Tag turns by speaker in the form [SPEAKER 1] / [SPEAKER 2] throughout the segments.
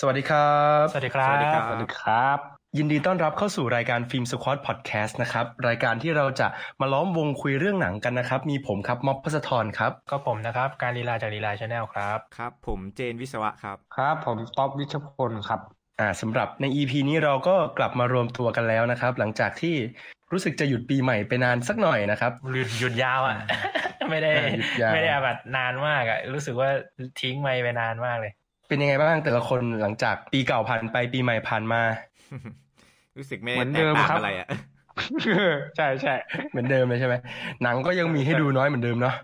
[SPEAKER 1] สวัสดีครับ
[SPEAKER 2] สวัสดีครับ
[SPEAKER 3] สวัสดีครับ
[SPEAKER 1] สวัสดีครับ ยินดีต้อนรับเข้าสู่รายการฟิล์มสควอตพอดแคสต์นะครับ รายการที่เราจะมาล้อมวงคุยเรื่องหนังกันนะครับ มีผมครับม็อบพัสธรครับ
[SPEAKER 2] ก็ผมนะครับ การลีลาจากลีลาชาแนลครับ
[SPEAKER 3] ครับ ผมเจนวิศวะครับ
[SPEAKER 4] ครับ ผมต๊อบวิชพลครับ
[SPEAKER 1] อ่าสำหรับใน EP นี้เราก็กลับมารวมตัวกันแล้วนะครับ หลังจากที่รู้สึกจะหยุดปีใหม่ไปนานสักหน่อยนะครับ
[SPEAKER 2] หยุดหยุดยาวอ่ะ ไม่ได้
[SPEAKER 1] อ่าหยุดยาว
[SPEAKER 2] ไม่ได้แบบนานมากอ่ะ รู้สึกว่าทิ้งไม่ไปนานมากเลย
[SPEAKER 1] เป็นยังไงบ้างแต่ละคนหลังจากปีเก่าผ่านไปปีใหม่ผ่านมา
[SPEAKER 3] รู้สึกไม่ได้
[SPEAKER 4] เหมือน
[SPEAKER 3] แต
[SPEAKER 4] เดิ
[SPEAKER 3] ก
[SPEAKER 4] ม
[SPEAKER 3] ต่าง
[SPEAKER 4] ครับ
[SPEAKER 3] อะไรอ่ะ
[SPEAKER 4] ใช่ใช่
[SPEAKER 1] เหมือนเดิมเลยใช่ไหมหนังก็ยังมีให้ดูน้อยเหมือนเดิมเนาะ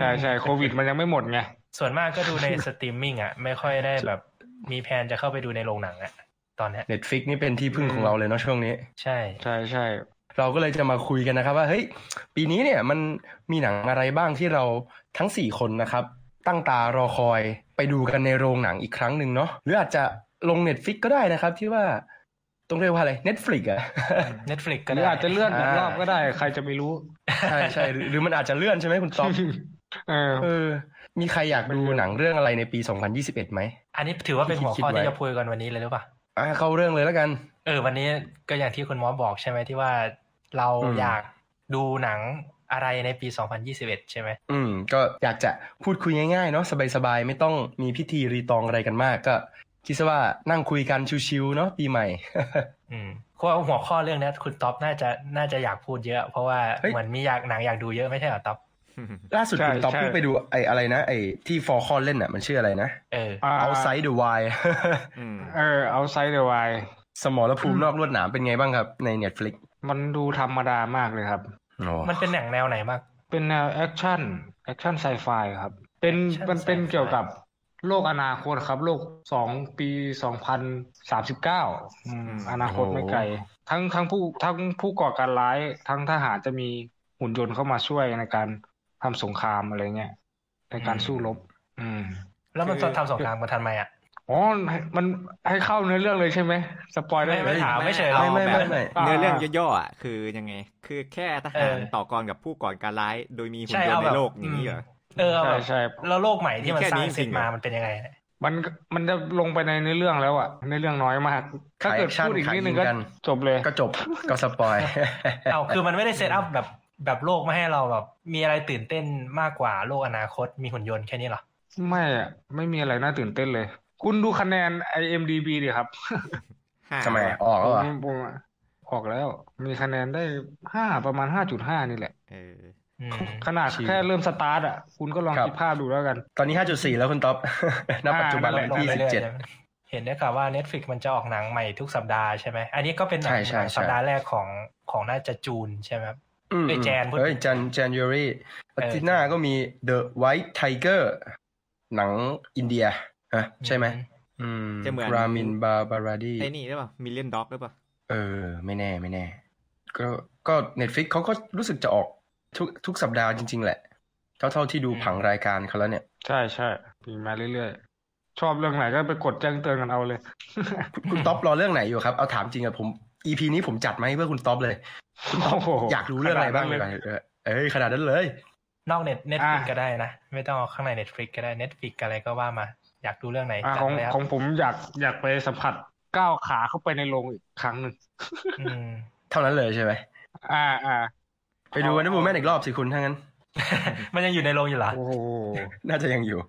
[SPEAKER 4] ใช่ใช่โควิดมันยังไม่หมดไง
[SPEAKER 2] ส่วนมากก็ดูใน สตรีมมิ่งอ่ะ ไม่ค่อยได้แบบมีแพลนจะเข้าไปดูในโรงหนังอ่ะ ตอนเนี้ย
[SPEAKER 1] เน็ตฟิกนี่เป็นที่พึ่งของเราเลยเนาะช่วงนี้
[SPEAKER 2] ใช่
[SPEAKER 4] ใช่ใช่
[SPEAKER 1] เราก็เลยจะมาคุยกันนะครับว่าเฮ้ยปีนี้เนี่ยมันมีหนังอะไรบ้างที่เราทั้ง 4 คนนะครับ ตั้งตารอคอยไปดูกันในโรงหนังอีกครั้งหนึ่งเนาะหรืออาจจะลง Netflix ก็ได้นะครับ ที่ว่าต้องเรียกว่าอะไร Netflix อะ
[SPEAKER 2] เน็ตฟลิก
[SPEAKER 4] ห
[SPEAKER 2] ก็
[SPEAKER 4] รือ
[SPEAKER 2] ได้
[SPEAKER 4] อาจจะเลื่อนอีก
[SPEAKER 1] อ่าร
[SPEAKER 4] รอบก็ได้ ใครจะไม่รู้
[SPEAKER 1] ใช่ใช่หรือหรือมันอาจจะเลื่อนใช่ไหมคุณต๊อบ
[SPEAKER 4] เออ
[SPEAKER 1] เออ มีใครอยากดูหนังเรื่องอะไรในปี 2021ไหม
[SPEAKER 2] อันนี้ถือว่าเป็นหัวข้อ
[SPEAKER 1] คิดไว้
[SPEAKER 2] ที่จะพูดกันวันนี้เลยหรือเปล่า
[SPEAKER 1] อ่ะเข้าเรื่องเลยแล้วกัน
[SPEAKER 2] เออวันนี้ก็อย่างที่คุณหมอบอกใช่ไหมที่ว่าเรา
[SPEAKER 1] อืม
[SPEAKER 2] อยากดูหนังอะไรในปี 2021 ใช่ไหม
[SPEAKER 1] อืมก็อยากจะพูดคุยง่ายๆเนาะสบายๆ ไม่ต้องมีพิธีรีตองอะไรกันมากก็คิดซะว่านั่งคุยกันชิวๆเนาะปีใหม่
[SPEAKER 2] อืมเพราะว่าหัวข้อเรื่องเนี้ยคุณท็อปน่าจะน่าจะอยากพูดเยอะ เพราะว่า
[SPEAKER 1] เฮ้ย
[SPEAKER 2] เหมือนมีอยากหนังอยากดูเยอะไม่ใช่เหรอท็อป
[SPEAKER 1] ล่าสุด
[SPEAKER 4] ใช่
[SPEAKER 1] คุณต๊อบ
[SPEAKER 4] ใช่
[SPEAKER 1] เพิ่งไปดูไอ้อะไรนะไอ้ที่ฟอร์คอนเล่นน่ะมันชื่ออะไรนะ
[SPEAKER 2] เออ
[SPEAKER 4] อ่า
[SPEAKER 1] Outside the Wild
[SPEAKER 3] อืม
[SPEAKER 4] เออเอาไซด์เดอะไว
[SPEAKER 1] สมรภูมินอกลวดหนามเป็นไงบ้างครับใน Netflix
[SPEAKER 4] มันดูธรรมดามากเลยครับ
[SPEAKER 1] อ๋อ
[SPEAKER 2] มันเป็นหนังแนวไหนมาก
[SPEAKER 4] เป็นแนวแอคชั่นแอคชั่นไซไฟครับ เป็น
[SPEAKER 2] แอคชั่น
[SPEAKER 4] มันเป็น
[SPEAKER 2] sci-fi
[SPEAKER 4] เกี่ยวกับโลกอนาคตครับ โลกสองปีสองพันสามสิบเก้าอนาคตไม่ไกล ทั้งทั้งผู้ทั้งผู้ก่อการร้าย ทั้งทหารจะมีหุ่นยนต์เข้ามาช่วยในการทำสงครามอะไรเงี้ยในการสู้รบ อืม
[SPEAKER 2] แล้วมันทำสงครามกันทันไหมอ่ะ
[SPEAKER 4] อ๋อมันให้เข้าเนื้อเรื่องเลยใช่ไหมสปอยได้ไหม
[SPEAKER 2] ไม่ถามไม่เฉย
[SPEAKER 1] ไม่ไม่ไม่ไม่
[SPEAKER 4] อ่า
[SPEAKER 3] เนื้อเรื่องย่อๆอ่ะคือยังไง คือแค่ทหารต่อกรกับผู้ก่อการร้าย โดยมีหุ่นยน
[SPEAKER 2] ใช่เอา
[SPEAKER 3] ต์
[SPEAKER 2] แบ
[SPEAKER 3] ใน
[SPEAKER 2] บ
[SPEAKER 3] โลกอย่างนี้เหรอ
[SPEAKER 2] เออ
[SPEAKER 4] ใช่ใช่
[SPEAKER 2] แล้วโลกใหม่ที่มัน
[SPEAKER 3] มีแค่
[SPEAKER 2] สร้า
[SPEAKER 3] นี้
[SPEAKER 2] งเสร็จ
[SPEAKER 3] จริงๆ
[SPEAKER 2] มามันเป็นยังไงเนี่ย
[SPEAKER 4] มันมันจะลงไปในเนื้อเรื่องแล้วอะเนื้อเรื่องน้อยมาก ถ้าเกิดพูดอีกนิดนึงก็จบเลย
[SPEAKER 1] ก็จบก็สปอย
[SPEAKER 2] เอาคือมันไม่ได้เซตอัพแบบแบบโลกไม่ให้เราแบบมีอะไรตื่นเต้นมากกว่าโลกอนาคตมีหุ่นยนต์แค่นี้เหรอ
[SPEAKER 4] ไม่อะไม่มีอะไรน่าตื่นเต้นเลย คุณดูคะแนน IMDB ดิครับ
[SPEAKER 3] ห้า
[SPEAKER 1] ทำไมออก
[SPEAKER 4] ผ
[SPEAKER 1] แล้วเหรอ
[SPEAKER 4] มผมออกแล้ว มีคะแนนได้ห้าประมาณห้าจุดห้านี่แหละ
[SPEAKER 3] เออ
[SPEAKER 2] อืม
[SPEAKER 4] ขนาดแค่เริ่มสตาร์ทอะคุณก็ลองคิดภาพดูแล้วกัน
[SPEAKER 1] ตอนนี้ 5.4 แล้วคุณต๊อบ ณปัจจุบัน
[SPEAKER 4] อ่า
[SPEAKER 1] แล้ว
[SPEAKER 2] ลงไปเรื่อย
[SPEAKER 1] 27
[SPEAKER 2] ๆเห็นได้ข่าวว่า Netflix มันจะออกหนังใหม่ทุกสัปดาห์ใช่ไหมอันนี้ก็เป็นหนัง
[SPEAKER 1] ใช่ใช่ใช่
[SPEAKER 2] สัปดาห์แรกของของน่าจะจูนใช่ไหมครับ
[SPEAKER 1] อืม
[SPEAKER 2] เอ้ยแจนพูด
[SPEAKER 1] เอ้ยแจนแจนยูรี่อาทิตย์หน้าก็มี The White Tiger หนังอินเดียอ่ะใช่ไหมอืม
[SPEAKER 3] จะเหมือน
[SPEAKER 1] รามินบาบาราดี
[SPEAKER 3] ไอ้นี่ได้ป่ะมิเลียนด็อกได้ป่ะ
[SPEAKER 1] เออ ไม่แน่ไม่แน่ ก็ก็เน็ตฟิกเขาก็รู้สึกจะออกทุกทุกสัปดาห์จริง ๆ แหละ เท่าเท่าที่ดู
[SPEAKER 2] อืม
[SPEAKER 1] ผังรายการเขาแล้วเนี่ย
[SPEAKER 4] ใช่ใช่มีมาเรื่อยๆ ชอบเรื่องไหนก็ไปกดแจ้งเตือนกันเอาเลย
[SPEAKER 1] คุณคุณท็อปรอเรื่องไหนอยู่ครับ เอาถามจริงอะผม EP นี้ผมจัดมาให้เพื่อคุณท็อปเลย
[SPEAKER 4] โอ้โห
[SPEAKER 1] อยากรู้เรื่องอะไรบ้าง
[SPEAKER 4] ขนด
[SPEAKER 1] เล
[SPEAKER 4] นั้
[SPEAKER 1] ย
[SPEAKER 4] นเลย
[SPEAKER 1] เอ้ยขนาดนั้นเลย
[SPEAKER 2] นอกเน็ตเน็ตฟลิก
[SPEAKER 4] อ่ะ
[SPEAKER 2] ก็ได้นะ ไม่ต้องเอาข้างในเน็ตฟลิกก็ได้เน็ตฟลิกอะไรก็ว่ามา อยากดูเรื่องไหน
[SPEAKER 4] อ่ะ
[SPEAKER 2] จั
[SPEAKER 4] ของ
[SPEAKER 2] เลยครั
[SPEAKER 4] ของผมอยากอยากไปสัมผัสก้าวขาเข้าไปในโรงอีกครั้งหนึ่ง
[SPEAKER 2] อืม
[SPEAKER 1] เท่านั้นเลยใช่ไหม
[SPEAKER 4] อ่าอ่า
[SPEAKER 1] ไปดูวันนี้บูแม่นอีกรอบสิคุณถ้างั้น
[SPEAKER 2] มันยังอยู่ในโรงอยู่เหรอ
[SPEAKER 4] โอ้โห
[SPEAKER 1] น่าจะยังอยู่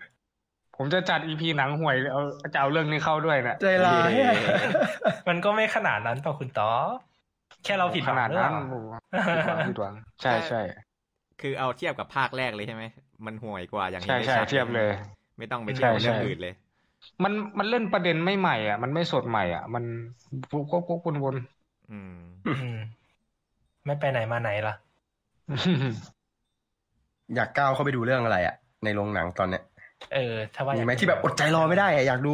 [SPEAKER 4] ผมจะจัดอีพีหนังห่วยเอาจะเอาเรื่องนี้เข้าด้วยนะ
[SPEAKER 1] ใจร้าย อะ
[SPEAKER 2] มันก็ไม่ขนาดนั้นต่อคุณต่อแค่เราผิดห
[SPEAKER 4] ข
[SPEAKER 2] วัง
[SPEAKER 4] นาด
[SPEAKER 2] หรือเป
[SPEAKER 4] นั้น
[SPEAKER 2] ล่า
[SPEAKER 4] ผมว่าผิด หวังผิดหวัง ใช่ใช่
[SPEAKER 3] คือเอาเทียบกับภาคแรกเลยใช่ไหมมันห่วยกว่าอย่าง
[SPEAKER 4] ใช่
[SPEAKER 3] ไม่
[SPEAKER 4] ใช่
[SPEAKER 3] ชัด
[SPEAKER 4] เทียบเลย
[SPEAKER 3] ไม่ต้องไปเทียบกับ
[SPEAKER 4] ใช่
[SPEAKER 3] เรื่อง
[SPEAKER 4] ใช่
[SPEAKER 3] อื่นเลย
[SPEAKER 4] มันมันเล่นประเด็นไม่ใหม่อ่ะ มันไม่สดใหม่อ่ะ มันวกวกวกวน
[SPEAKER 3] อืม
[SPEAKER 2] อืมไม่ไปไหนมาไหนล่ะ
[SPEAKER 4] ๆ
[SPEAKER 1] อยากก้าวเข้าไปดูเรื่องอะไรอะในโรงหนังตอนเนี้ย
[SPEAKER 2] เออ ถ้าว่าอ
[SPEAKER 1] มี
[SPEAKER 2] ยาก
[SPEAKER 1] ไหมที่แบบอดใจรอไม่ได้อะอยากดู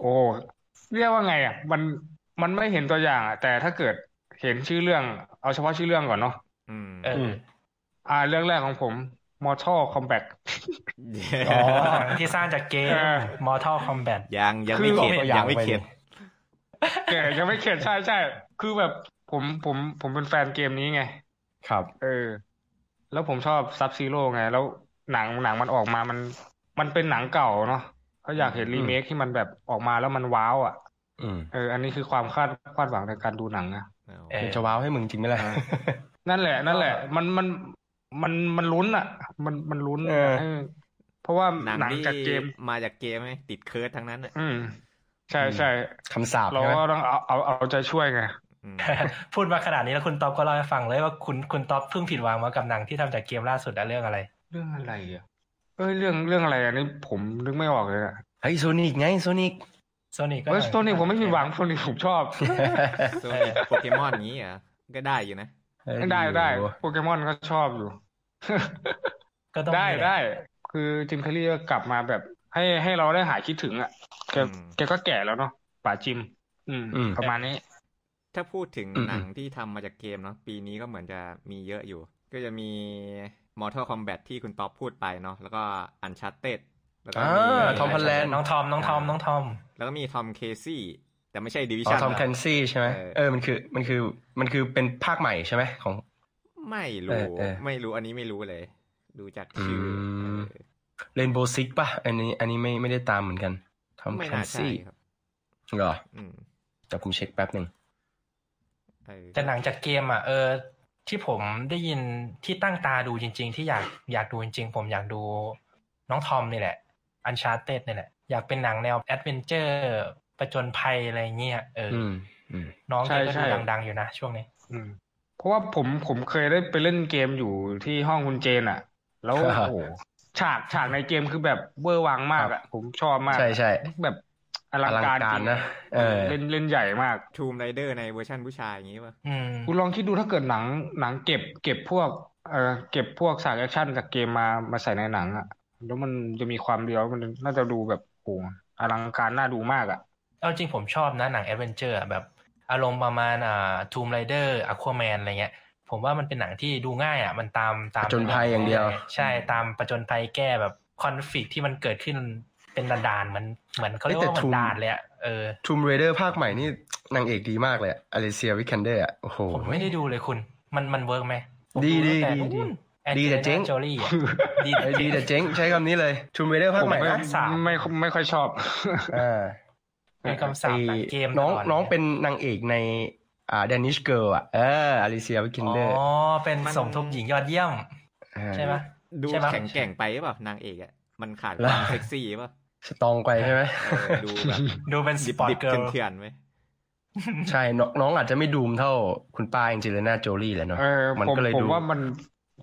[SPEAKER 4] โอ้เรียกว่าไงอ่ะ มันมันไม่เห็นตัวอย่างอ่ะ แต่ถ้าเกิดเห็นชื่อเรื่อง เอาเฉพาะชื่อเรื่องก่อนเนาะ
[SPEAKER 3] อืม
[SPEAKER 2] เออ
[SPEAKER 4] อ่า เรื่องแรกของผม Mortal Kombat
[SPEAKER 2] อ๋อหนังที่สร้างจากเกม
[SPEAKER 4] เออ
[SPEAKER 2] Mortal Kombat
[SPEAKER 3] ยังยัง
[SPEAKER 4] คือ
[SPEAKER 3] ไม่เข็ด
[SPEAKER 1] ตัวอย่าง
[SPEAKER 3] ยังไม่
[SPEAKER 1] ไป
[SPEAKER 3] เข็ด
[SPEAKER 4] เออยังไม่เข็ดใช่ใช่คือแบบผมผมผมเป็นแฟนเกมนี้ไง
[SPEAKER 1] ครับ
[SPEAKER 4] เออ แล้วผมชอบซับซีโร่ไง แล้วหนังหนังมันออกมามัน มันเป็นหนังเก่าเนาะ ก็อยากเห็นรีเมคที่มันแบบออกมาแล้วมันว้าวอ่ะ
[SPEAKER 1] อืม
[SPEAKER 4] เอออันนี้คือความคาดคาดหวังในการดูหนังนะ
[SPEAKER 3] เอา
[SPEAKER 2] เออ
[SPEAKER 1] จะว้าวให้มึงจริงไหมล่ะ
[SPEAKER 3] อ่า
[SPEAKER 4] นั่นแหละ นั่นแหละ มันมันมันมันลุ้นอ่ะ มันมันลุ้น
[SPEAKER 1] เออ
[SPEAKER 4] เออเพราะว่า
[SPEAKER 3] หนัง
[SPEAKER 4] หนัง
[SPEAKER 3] ที่
[SPEAKER 4] จากเกม
[SPEAKER 3] มาจากเกมไหมติดเคิร์ดทั้งนั้นอ่ะ
[SPEAKER 4] อืม ใช่ใช่
[SPEAKER 1] คำสาป
[SPEAKER 4] เรา
[SPEAKER 1] ใช่ไหม
[SPEAKER 4] ก็ต้องเอาเอาเอาใจช่วยไง
[SPEAKER 3] อืม
[SPEAKER 2] พูดมาขนาดนี้แล้วคุณต๊อบก็เล่าให้ฟังเลยว่าคุณคุณต๊อบเพิ่งผิดหวังมากับหนังที่ทำจากเกมล่าสุดอะเรื่องอะไร
[SPEAKER 4] เรื่องอะไรอ่ะเอ้ยเรื่องเรื่องอะไรอันนี้ผมนึกไม่ออกเลยอะ
[SPEAKER 1] เฮ้ยโซนิกไงโซนิก
[SPEAKER 2] โซนิกก็
[SPEAKER 4] เฮ้ยโซนิกผมไม่ผิดหวังโซนิกผมชอบ
[SPEAKER 3] โซนิกโปเกมอนนี้เหรอ่ะก็ได้อยู่นะ
[SPEAKER 4] ได้ได้โปเกมอนก็ชอบอยู่
[SPEAKER 2] ก็ต้อง
[SPEAKER 4] ได้
[SPEAKER 2] มีแหละ
[SPEAKER 4] ได้ คือจิมแคลรี่ก็กลับมาแบบ ให้ให้เราได้หายคิดถึงอ่ะแก
[SPEAKER 3] อืม
[SPEAKER 4] แกก็แก่แล้วเนาะป่าจิม อืม
[SPEAKER 1] อืม
[SPEAKER 4] ประมาณนี้
[SPEAKER 3] ถ้าพูดถึง
[SPEAKER 1] อืม
[SPEAKER 3] หนังที่ทำมาจากเกมเนาะปีนี้ก็เหมือนจะมีเยอะอยู่ ก็จะมี Mortal Kombat ที่คุณต๊อบพูดไปเนาะแล้วก็ Uncharted แล้วก็
[SPEAKER 1] อ่า
[SPEAKER 3] มี
[SPEAKER 1] Tom Holland
[SPEAKER 2] น้องทอมน้องทอมน้องทอม
[SPEAKER 3] แล้วก็มีทอมเคซี่แต่ไม่ใช่ดิวิ
[SPEAKER 1] อ๋
[SPEAKER 3] ชั่
[SPEAKER 1] อน ทอมแคนซี่ใช่ไหม
[SPEAKER 3] เออ
[SPEAKER 1] เออมันคือมันคือมันคือเป็นภาคใหม่ใช่ไหมของ
[SPEAKER 3] ไม่รู้
[SPEAKER 1] เออเออ
[SPEAKER 3] ไม่รู้อันนี้ไม่รู้เลย ดูจากชื่ออ
[SPEAKER 1] ม
[SPEAKER 3] เออ
[SPEAKER 1] เรนโบว์ซิกป่ะ อันนี้อันนี้ไม่ไม่ได้ตามเหมือนกันทอม
[SPEAKER 3] ไม่
[SPEAKER 1] แคน
[SPEAKER 3] น่าใช่
[SPEAKER 1] ซี่
[SPEAKER 3] ครับ
[SPEAKER 1] เหรอ
[SPEAKER 3] อืม
[SPEAKER 1] แต่ผมเช็คแป๊บหนึ่ง
[SPEAKER 3] เออ
[SPEAKER 2] แต่หนังจากเกมอ่ะเออที่ผมได้ยินที่ตั้งตาดูจริง ๆ ที่อยากอยากดูจริง ๆ ผมอยากดูน้องทอมนี่แหละอันชาร์เต็ดนี่แหละ อยากเป็นหนังแนวแอดเวนเจอร์ประจนภัยอะไรเงี้ยเอออ
[SPEAKER 1] อืมอืม
[SPEAKER 2] น้องแกก็
[SPEAKER 4] ใช่
[SPEAKER 2] ดู
[SPEAKER 4] ใช่
[SPEAKER 2] ดังๆอยู่นะช่วงนี้
[SPEAKER 4] อืม เพราะว่าผมผมเคยได้ไปเล่นเกมอยู่ที่ห้องคุณเจนอ่ะ แล้ว
[SPEAKER 1] ครับ
[SPEAKER 4] โอ้โหฉากฉากในเกมคือแบบเวอร์วังมากอ่ะ ผมชอบมาก
[SPEAKER 1] ใช่ใช่
[SPEAKER 4] แบบอ
[SPEAKER 1] อ
[SPEAKER 4] ลัง
[SPEAKER 1] ลัง
[SPEAKER 4] การ
[SPEAKER 1] กา
[SPEAKER 4] จ
[SPEAKER 1] ร
[SPEAKER 4] ริง
[SPEAKER 1] นะ เออ
[SPEAKER 4] เล่นเล่นใหญ่มาก
[SPEAKER 3] ทูมไรเดอร์ในเวอร์ชันผู้ชายอย่างนี้ป่ะ
[SPEAKER 2] อืม
[SPEAKER 4] คุณลองคิดดูถ้าเกิดหนังหนังเก็บเก็บพวกเอ่อเก็บพวกฉากแอคชั่นจากเกมมามาใส่ในหนังอะแล้วมันจะมีความเดียวมันน่าจะดูแบบโอ้โหอลังการน่าดูมากอะ
[SPEAKER 2] เอาจริงผมชอบนะหนังแอดเวนเจอร์แบบอารมณ์ประมาณอ่าทูมไรเดอร์อะควาแมนอะไรเงี้ย ผมว่ามันเป็นหนังที่ดูง่ายอ่ะมันตามตาม
[SPEAKER 1] ผจญภัยอย่างเดียว
[SPEAKER 2] ใช่ตามประจนภัยแก้แบบคอนฟ lict ที่มันเกิดขึ้นเป็นดานๆเหมือนเหมือนเขาเรียกว่ามันดานเลยอะเออ
[SPEAKER 1] ทูมเรเดอร์ภาคใหม่นี่นางเอกดีมากเลยอเลเซียวิคันเดอร์อ่ะโอ้โห
[SPEAKER 2] ผมไม่ได้ดูเลยคุณ มันมันเวิร์กไหม
[SPEAKER 1] ดีดี
[SPEAKER 2] ผม
[SPEAKER 1] ดี
[SPEAKER 2] ตั้ง
[SPEAKER 1] ดี
[SPEAKER 2] แต่
[SPEAKER 1] แต่เจ๊ง
[SPEAKER 2] จอรี่อะดี
[SPEAKER 1] เอ
[SPEAKER 2] แต่
[SPEAKER 1] อ
[SPEAKER 2] เจ๊
[SPEAKER 1] ดี
[SPEAKER 2] ง
[SPEAKER 1] แต่เจ๊งใช้คำนี้เลยทูมเรเดอร์ภาค
[SPEAKER 4] ผม
[SPEAKER 1] ใหม่
[SPEAKER 4] ไม่
[SPEAKER 1] นะ
[SPEAKER 2] สาม
[SPEAKER 4] ไม่ไม่ค่อยชอบ
[SPEAKER 1] อ่า
[SPEAKER 2] เป็นคำสาปหนังเกม
[SPEAKER 1] น้อง
[SPEAKER 2] ตลด
[SPEAKER 1] น้องเป็นนางเอกในอ่าเดนิชเกิร์ลอ่ะเอออเลเซียวิคันเดอร์
[SPEAKER 2] อ๋อ เป็น
[SPEAKER 3] มัน
[SPEAKER 2] สมทบหญิงยอดเยี่ยม ใช่ไหม
[SPEAKER 3] ดู
[SPEAKER 2] ใช่ปะ
[SPEAKER 3] แข็งแกร่งไปหรือเปล่านางเอกอ่ะมันขาดความเซ็กซี่ป่ะ
[SPEAKER 1] สตองไปใช่ไหม
[SPEAKER 3] เออดู แบบ
[SPEAKER 2] ดูเป็นส
[SPEAKER 3] ดิบ
[SPEAKER 2] ปอร์ต
[SPEAKER 3] ดิบ
[SPEAKER 2] เกิร์ล
[SPEAKER 3] เถื่อนๆไหม
[SPEAKER 1] ใช่น้องน้องอาจจะไม่ดูมเท่าคุณป้าแองเจลิน่าโจลี่แหละเนาะ
[SPEAKER 4] เออ
[SPEAKER 1] มัน
[SPEAKER 4] ผม
[SPEAKER 1] ก็เลย
[SPEAKER 4] ผม
[SPEAKER 1] ดู
[SPEAKER 4] ว่ามัน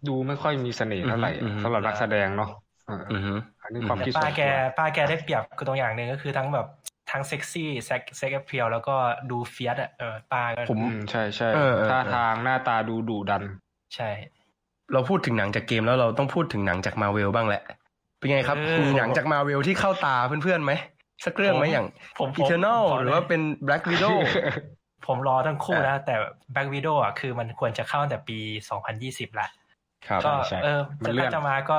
[SPEAKER 4] ดูไม่ค่อยมีเสน่ห์เท่าไหร่
[SPEAKER 1] อืมอืม
[SPEAKER 4] สำหรับนักแสดงเนาะเออ
[SPEAKER 1] อือฮึ
[SPEAKER 4] อันนี้ความ
[SPEAKER 1] อืม
[SPEAKER 4] คิด
[SPEAKER 2] ป้า
[SPEAKER 4] ส่วน
[SPEAKER 2] แก
[SPEAKER 4] ตัว
[SPEAKER 2] ป้าแกได้เปรียบคือตรงอย่างหนึ่งก็คือทั้งแบบทั้งเซ็กซี่เซ็กเซ็กเพียวแล้วก็ดูเฟียสอ่ะเออป้าก็
[SPEAKER 1] ผม
[SPEAKER 4] อืมใช่ใช่
[SPEAKER 1] เออเออ
[SPEAKER 4] ท่าทางหน้าตาดูดุดัน
[SPEAKER 2] ใช่
[SPEAKER 1] เราพูดถึงหนังจากเกมแล้วเราต้องพูดถึงหนังจากมาเวลบ้างแหละ เป็นไงครับ
[SPEAKER 2] เออ
[SPEAKER 1] มีหนังจากมาเวลที่เข้าตาเพื่อนๆไหมสักเรื่องไหมอย่าง
[SPEAKER 2] ผมผม
[SPEAKER 1] Eternal
[SPEAKER 2] ผม
[SPEAKER 1] หรือว่าเป็น Black Widow
[SPEAKER 2] ผมรอทั้งคู่นะ แต่ Black Widow อ่ะคือมันควรจะเข้าตั้งแต่ปี 2020ละ
[SPEAKER 1] ครับ
[SPEAKER 2] ก็
[SPEAKER 4] ใช่
[SPEAKER 2] เออ
[SPEAKER 4] มันเลื่
[SPEAKER 2] ถ้า
[SPEAKER 4] อน
[SPEAKER 2] จะมาก็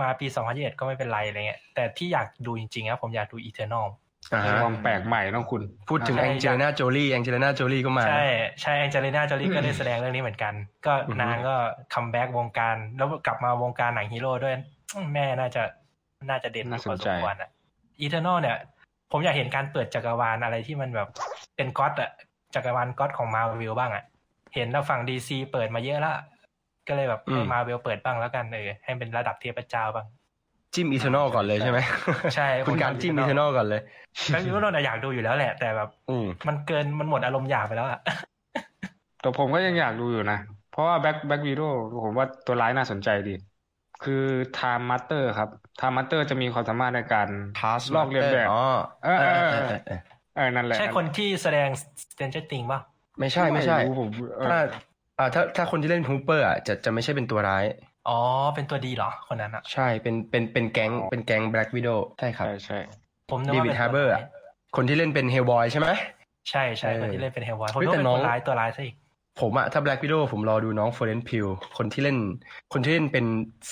[SPEAKER 2] มาปี 2021 ก็ไม่เป็นไรอะไรเงี้ย แต่ที่อยากดูจริงๆครับผมอยากดู Eternal
[SPEAKER 1] อ่าฮะ
[SPEAKER 4] ความแปลกใหม่เนอะคุณ
[SPEAKER 1] พูดถึง
[SPEAKER 2] ใช่
[SPEAKER 1] แองเจลิน่าโจลี่แองเจลิน่าโจลี่ก็มา
[SPEAKER 2] ใช่ใช่แองเจลิน่าจอลี่ก็ได้แสดงเรื่องนี้เหมือนกัน ก็
[SPEAKER 1] อือฮึ
[SPEAKER 2] นางก็คัมแบ็กวงการ แล้วกลับมาวงการหนังฮีโร่ด้วย แม่น่าจะน่าจะเด่น
[SPEAKER 4] น่าส
[SPEAKER 2] พอน ส
[SPEAKER 4] ใจ
[SPEAKER 2] มควรอ่ะอีเทอร์นอลเนี่ย ผมอยากเห็นการเปิดจักรวาลอะไรที่มันแบบเป็นก๊อตอะจักรวาลก๊อตของมาเวลบ้างอะเห็นทางฝั่งดีซีเปิดมาเยอะละก็เลยแบบให้มาเวลเปิดบ้างแล้วกันเออให้เป็นระดับเทพเจ้าบ้าง
[SPEAKER 1] จิ้มอีเทอร์นอลก่อนเลยใช่ไหม
[SPEAKER 2] ใช่
[SPEAKER 1] คุณการจิ้มอีเทอร์นอลก่อนเลย
[SPEAKER 2] แบ็ควิวโรนอยากดูอยู่แล้วแหละ แต่แบบ
[SPEAKER 1] อืม
[SPEAKER 2] มันเกินมันหมดอารมณ์อยากไปแล้วอะ
[SPEAKER 4] แต่ผมก็ยังอยากดูอยู่นะ เพราะว่าแบ็ k แบ็ k วีโ w ผมว่าตัวร้ายน่าสนใจดี คือ Time Master ครับ Time Master จะมีความสามารถในการ
[SPEAKER 1] พาส
[SPEAKER 4] ลอกเลียนแบบ
[SPEAKER 1] อ๋อ
[SPEAKER 4] เออเออเออ
[SPEAKER 1] เออ
[SPEAKER 4] เออนั่นแหละ
[SPEAKER 2] ใช่คนที่แสดง Stranger Things ป่ะ
[SPEAKER 1] ไม่ใช่ไม่ใช่
[SPEAKER 4] รู้ผมเออ
[SPEAKER 1] ถ้าอ่าถ้าถ้าคนที่เล่นฮูเปอร์อ่ะจะจะไม่ใช่เป็นตัวร้าย
[SPEAKER 2] อ๋อ เป็นตัวดีเหรอ คนนั้นอ่ะ
[SPEAKER 1] ใช่เป็นเป็นเป็นแก๊งเป็นแก๊งแบล็กวิดโอใช่ครับ
[SPEAKER 4] ใช่ใช่
[SPEAKER 2] ผมนึก
[SPEAKER 1] เด
[SPEAKER 2] ว่า
[SPEAKER 1] วิด
[SPEAKER 2] เป็น
[SPEAKER 1] ฮาร์เบอร์อ่ะ คนที่เล่นเป็นเฮลบอยใช่ไหม
[SPEAKER 2] ใช่ใช่
[SPEAKER 1] เออ
[SPEAKER 2] คนที่เล่นเป็นเฮลวอยผม
[SPEAKER 1] เฮ้ย
[SPEAKER 2] นึกว่าเป็น
[SPEAKER 1] แต่น้อ
[SPEAKER 2] ตัว
[SPEAKER 1] ง
[SPEAKER 2] ร้ายตัวร้ายซะอีก
[SPEAKER 1] ผมอะถ้าแบล็กวิดโอผมรอดูน้องเฟรนพิวคนที่เล่น คนที่เล่นเป็น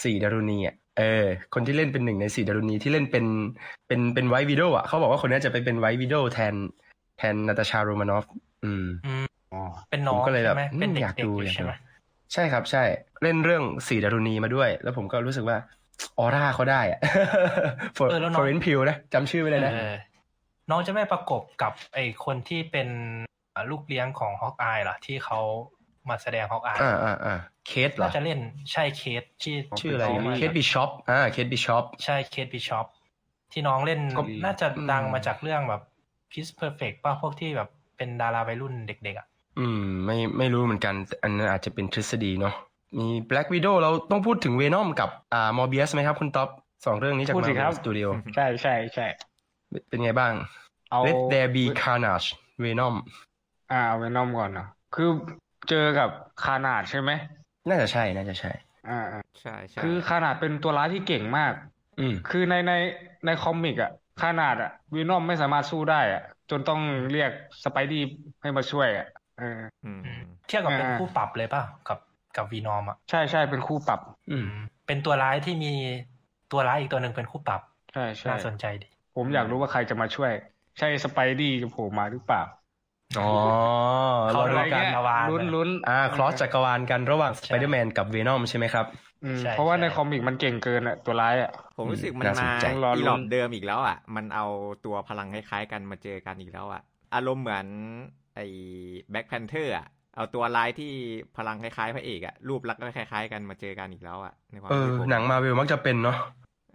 [SPEAKER 1] สี่ดารุณีอ่ะเออ คนที่เล่นเป็นหนึ่งในสี่ดารุณีที่เล่นเป็นเป็นเป็นไวท์วิดโออ่ะเขาบอกว่าคนนี้จะไปเป็นไวท์วิดโอแทน แทนนาตาชาโรมานอฟ อืม
[SPEAKER 4] อ๋อ
[SPEAKER 2] เป็นน้อ
[SPEAKER 1] ผ
[SPEAKER 2] ง
[SPEAKER 1] มก็เลยแบบ
[SPEAKER 2] ใช่ไหม
[SPEAKER 1] อืม
[SPEAKER 2] เป็นเด็
[SPEAKER 1] อก ยาก
[SPEAKER 2] ๆ
[SPEAKER 1] ดู
[SPEAKER 2] อยู่
[SPEAKER 1] อยากดู
[SPEAKER 2] ใช่ไหม
[SPEAKER 1] ใช่ครับใช่ เล่นเรื่องสี่ดารุณีมาด้วย แล้วผมก็รู้สึกว่า ออร่าเขาได้อะ for
[SPEAKER 2] เออแล้วน้อง
[SPEAKER 1] for i n p i l นะจำชื่อไว้เลยนะ
[SPEAKER 2] เออน้องจะไม่ประกบกับไอคนที่เป็นอ่าลูกเลี้ยงของฮอกอายเหรอที่เขามาแสดงฮอกอาย
[SPEAKER 1] อ่าอ่าอ่าเคสเหรอ
[SPEAKER 2] น่าจะเล่นใช่เคสที่
[SPEAKER 1] ชื่ออะไร
[SPEAKER 2] ที่เขามา
[SPEAKER 1] เคสบิชอปอ่าเคสบิชอป
[SPEAKER 2] ใช่เคสบิชอปที่น้องเล่น
[SPEAKER 1] ก็
[SPEAKER 2] น่าจะดัง
[SPEAKER 1] อืม
[SPEAKER 2] มาจากเรื่องแบบ Kiss Perfect ป่ะพวกที่แบบเป็นดาราวัยรุ่นเด็กๆอ่ะ
[SPEAKER 1] อืม ไม่ไม่รู้เหมือนกันแต่อันนั้นอาจจะเป็นทฤษฎีเนาะมี Black Widow เราต้องพูดถึงเวนอมกับอ่ามอร์เบียสไหมครับ คุณท็อปสองเรื่องนี้จาก
[SPEAKER 4] พู
[SPEAKER 1] มา
[SPEAKER 4] ดสิครับ
[SPEAKER 1] สตูดิโอ
[SPEAKER 4] ใช่ใช่ใช่
[SPEAKER 1] เป็นไงบ้าง
[SPEAKER 4] เอา
[SPEAKER 1] Let There Be Carnage Venom
[SPEAKER 4] อ่าเวนอมก่อนเนาะคือเจอกับคานาดใช่ไหม
[SPEAKER 1] น่าจะใช่น่าจะใช่
[SPEAKER 4] อ่าอ่า
[SPEAKER 3] ใช่ใช่
[SPEAKER 4] คือคานาดเป็นตัวร้ายที่เก่งมาก
[SPEAKER 1] อืม
[SPEAKER 4] คือในในในคอมิกอะขนาดอะวีนอมไม่สามารถสู้ได้อะจนต้องเรียกสไปดี้ให้มาช่วยอะเออ
[SPEAKER 3] อืม
[SPEAKER 2] เทียบกับเป็น
[SPEAKER 4] อ่า
[SPEAKER 2] คู่ปรับเลยป่ะกับกับวีนอมอ่ะ
[SPEAKER 4] ใช่ใช่เป็นคู่ปรับ
[SPEAKER 1] อืม
[SPEAKER 2] เป็นตัวร้ายที่มีตัวร้ายอีกตัวหนึ่งเป็นคู่ปรับ
[SPEAKER 4] ใช่ใช่
[SPEAKER 2] น่าสนใจดี
[SPEAKER 4] ผมอยากรู้ว่าใครจะมาช่วย ใช่สไปดี้จะโผล่มาหรือเปล่า
[SPEAKER 1] อ๋อ
[SPEAKER 2] เขา
[SPEAKER 1] เรา
[SPEAKER 2] ดู
[SPEAKER 1] ดู
[SPEAKER 2] กั
[SPEAKER 1] กัน น
[SPEAKER 2] ระวาน
[SPEAKER 4] ลุ้นลุ้น
[SPEAKER 1] อ่าคลอสจักรวาลกันระหว่าง
[SPEAKER 2] ใช่
[SPEAKER 1] Spider-Man กับ Venom ใช่ไหมครับ
[SPEAKER 4] อืม
[SPEAKER 2] ใช่
[SPEAKER 4] เพราะว่า
[SPEAKER 2] ใช่
[SPEAKER 4] ในคอมิกมันเก่งเกินอะตัวร้ายอะ
[SPEAKER 3] ผมรู้สึก
[SPEAKER 1] อืม
[SPEAKER 3] มัน
[SPEAKER 1] น่าสน
[SPEAKER 3] มา
[SPEAKER 1] ใจ
[SPEAKER 4] รอ
[SPEAKER 3] อี
[SPEAKER 4] ลุ้น
[SPEAKER 3] หลอบเดิมอีกแล้วอ่ะ มันเอาตัวพลังคล้ายๆกันมาเจอกันอีกแล้วอ่ะ อารมณ์เหมือนไอ้แบ็คแพนเทอร์อ่ะ เอาตัวร้ายที่พลังคล้ายๆพระเอกอ่ะ รูปลักษณ์ก็คล้ายๆกันมาเจอกันอีกแล้วอ่ะในความ
[SPEAKER 1] เออ
[SPEAKER 3] คิดผม
[SPEAKER 1] หนังมาเวลมักจะเป็นเนาะ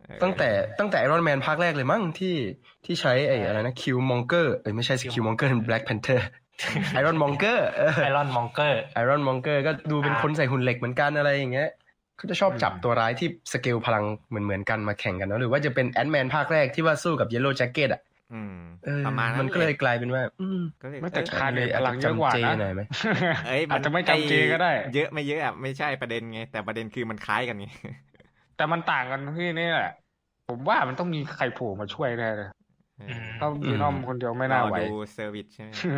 [SPEAKER 3] เออ
[SPEAKER 1] ตั้งแต่ตั้งแต่ Iron Man ภาคแรกเลยมั้งที่ที่ใช้ไอ้
[SPEAKER 2] ใช่
[SPEAKER 1] อะไรนะคิวมองเกอร์เอ้ยไม่ใช่คิวมองเกอร์ Black Panther ไอรอนมอง เกอร์
[SPEAKER 2] ไอรอนมองเกอร์
[SPEAKER 1] ไอรอนมองเกอร์ก็ดูเป็น
[SPEAKER 2] อ่า
[SPEAKER 1] คนใส่หุ่นเหล็กเหมือนกันอะไรอย่างเงี้ยเขาจะชอบจับตัวร้ายที่สเกลพลังเหมือนเหมือนๆกันมาแข่งกันเนาะหรือว่าจะเป็นแอนแมนภาคแรกที่ว่าสู้กับเยลโล่แจ็คเก็ตอ่ะ
[SPEAKER 3] อืม
[SPEAKER 1] เออ
[SPEAKER 3] ประมาณนั้
[SPEAKER 1] มันนก็เลยกลายเป็นว่า อืม
[SPEAKER 3] ก็เลย
[SPEAKER 4] ไม่แต่
[SPEAKER 3] เอ้ย
[SPEAKER 4] คาเด
[SPEAKER 1] อันนี้
[SPEAKER 4] พ
[SPEAKER 1] อาจ
[SPEAKER 4] ลั
[SPEAKER 1] จะ
[SPEAKER 4] งเยอะกว่า
[SPEAKER 1] จำเจ
[SPEAKER 4] นะ
[SPEAKER 1] หน่อยไหม
[SPEAKER 3] เอ้ย
[SPEAKER 4] อาจจะไม่จำเจก็ได้
[SPEAKER 3] อ้เยอะไม่เยอะอ่ะไม่ใช่ประเด็นไง แต่ประเด็นคือมันคล้ายกันไง
[SPEAKER 4] แต่มันต่างกันที่นี่แหละผมว่ามันต้องมีใครโผล่มาช่วยแน่เลย
[SPEAKER 2] อืม
[SPEAKER 4] ถ้าวีนอมคนเดียวไม่น่าไหว
[SPEAKER 3] รอดูเซอร์วิสใช่ไหม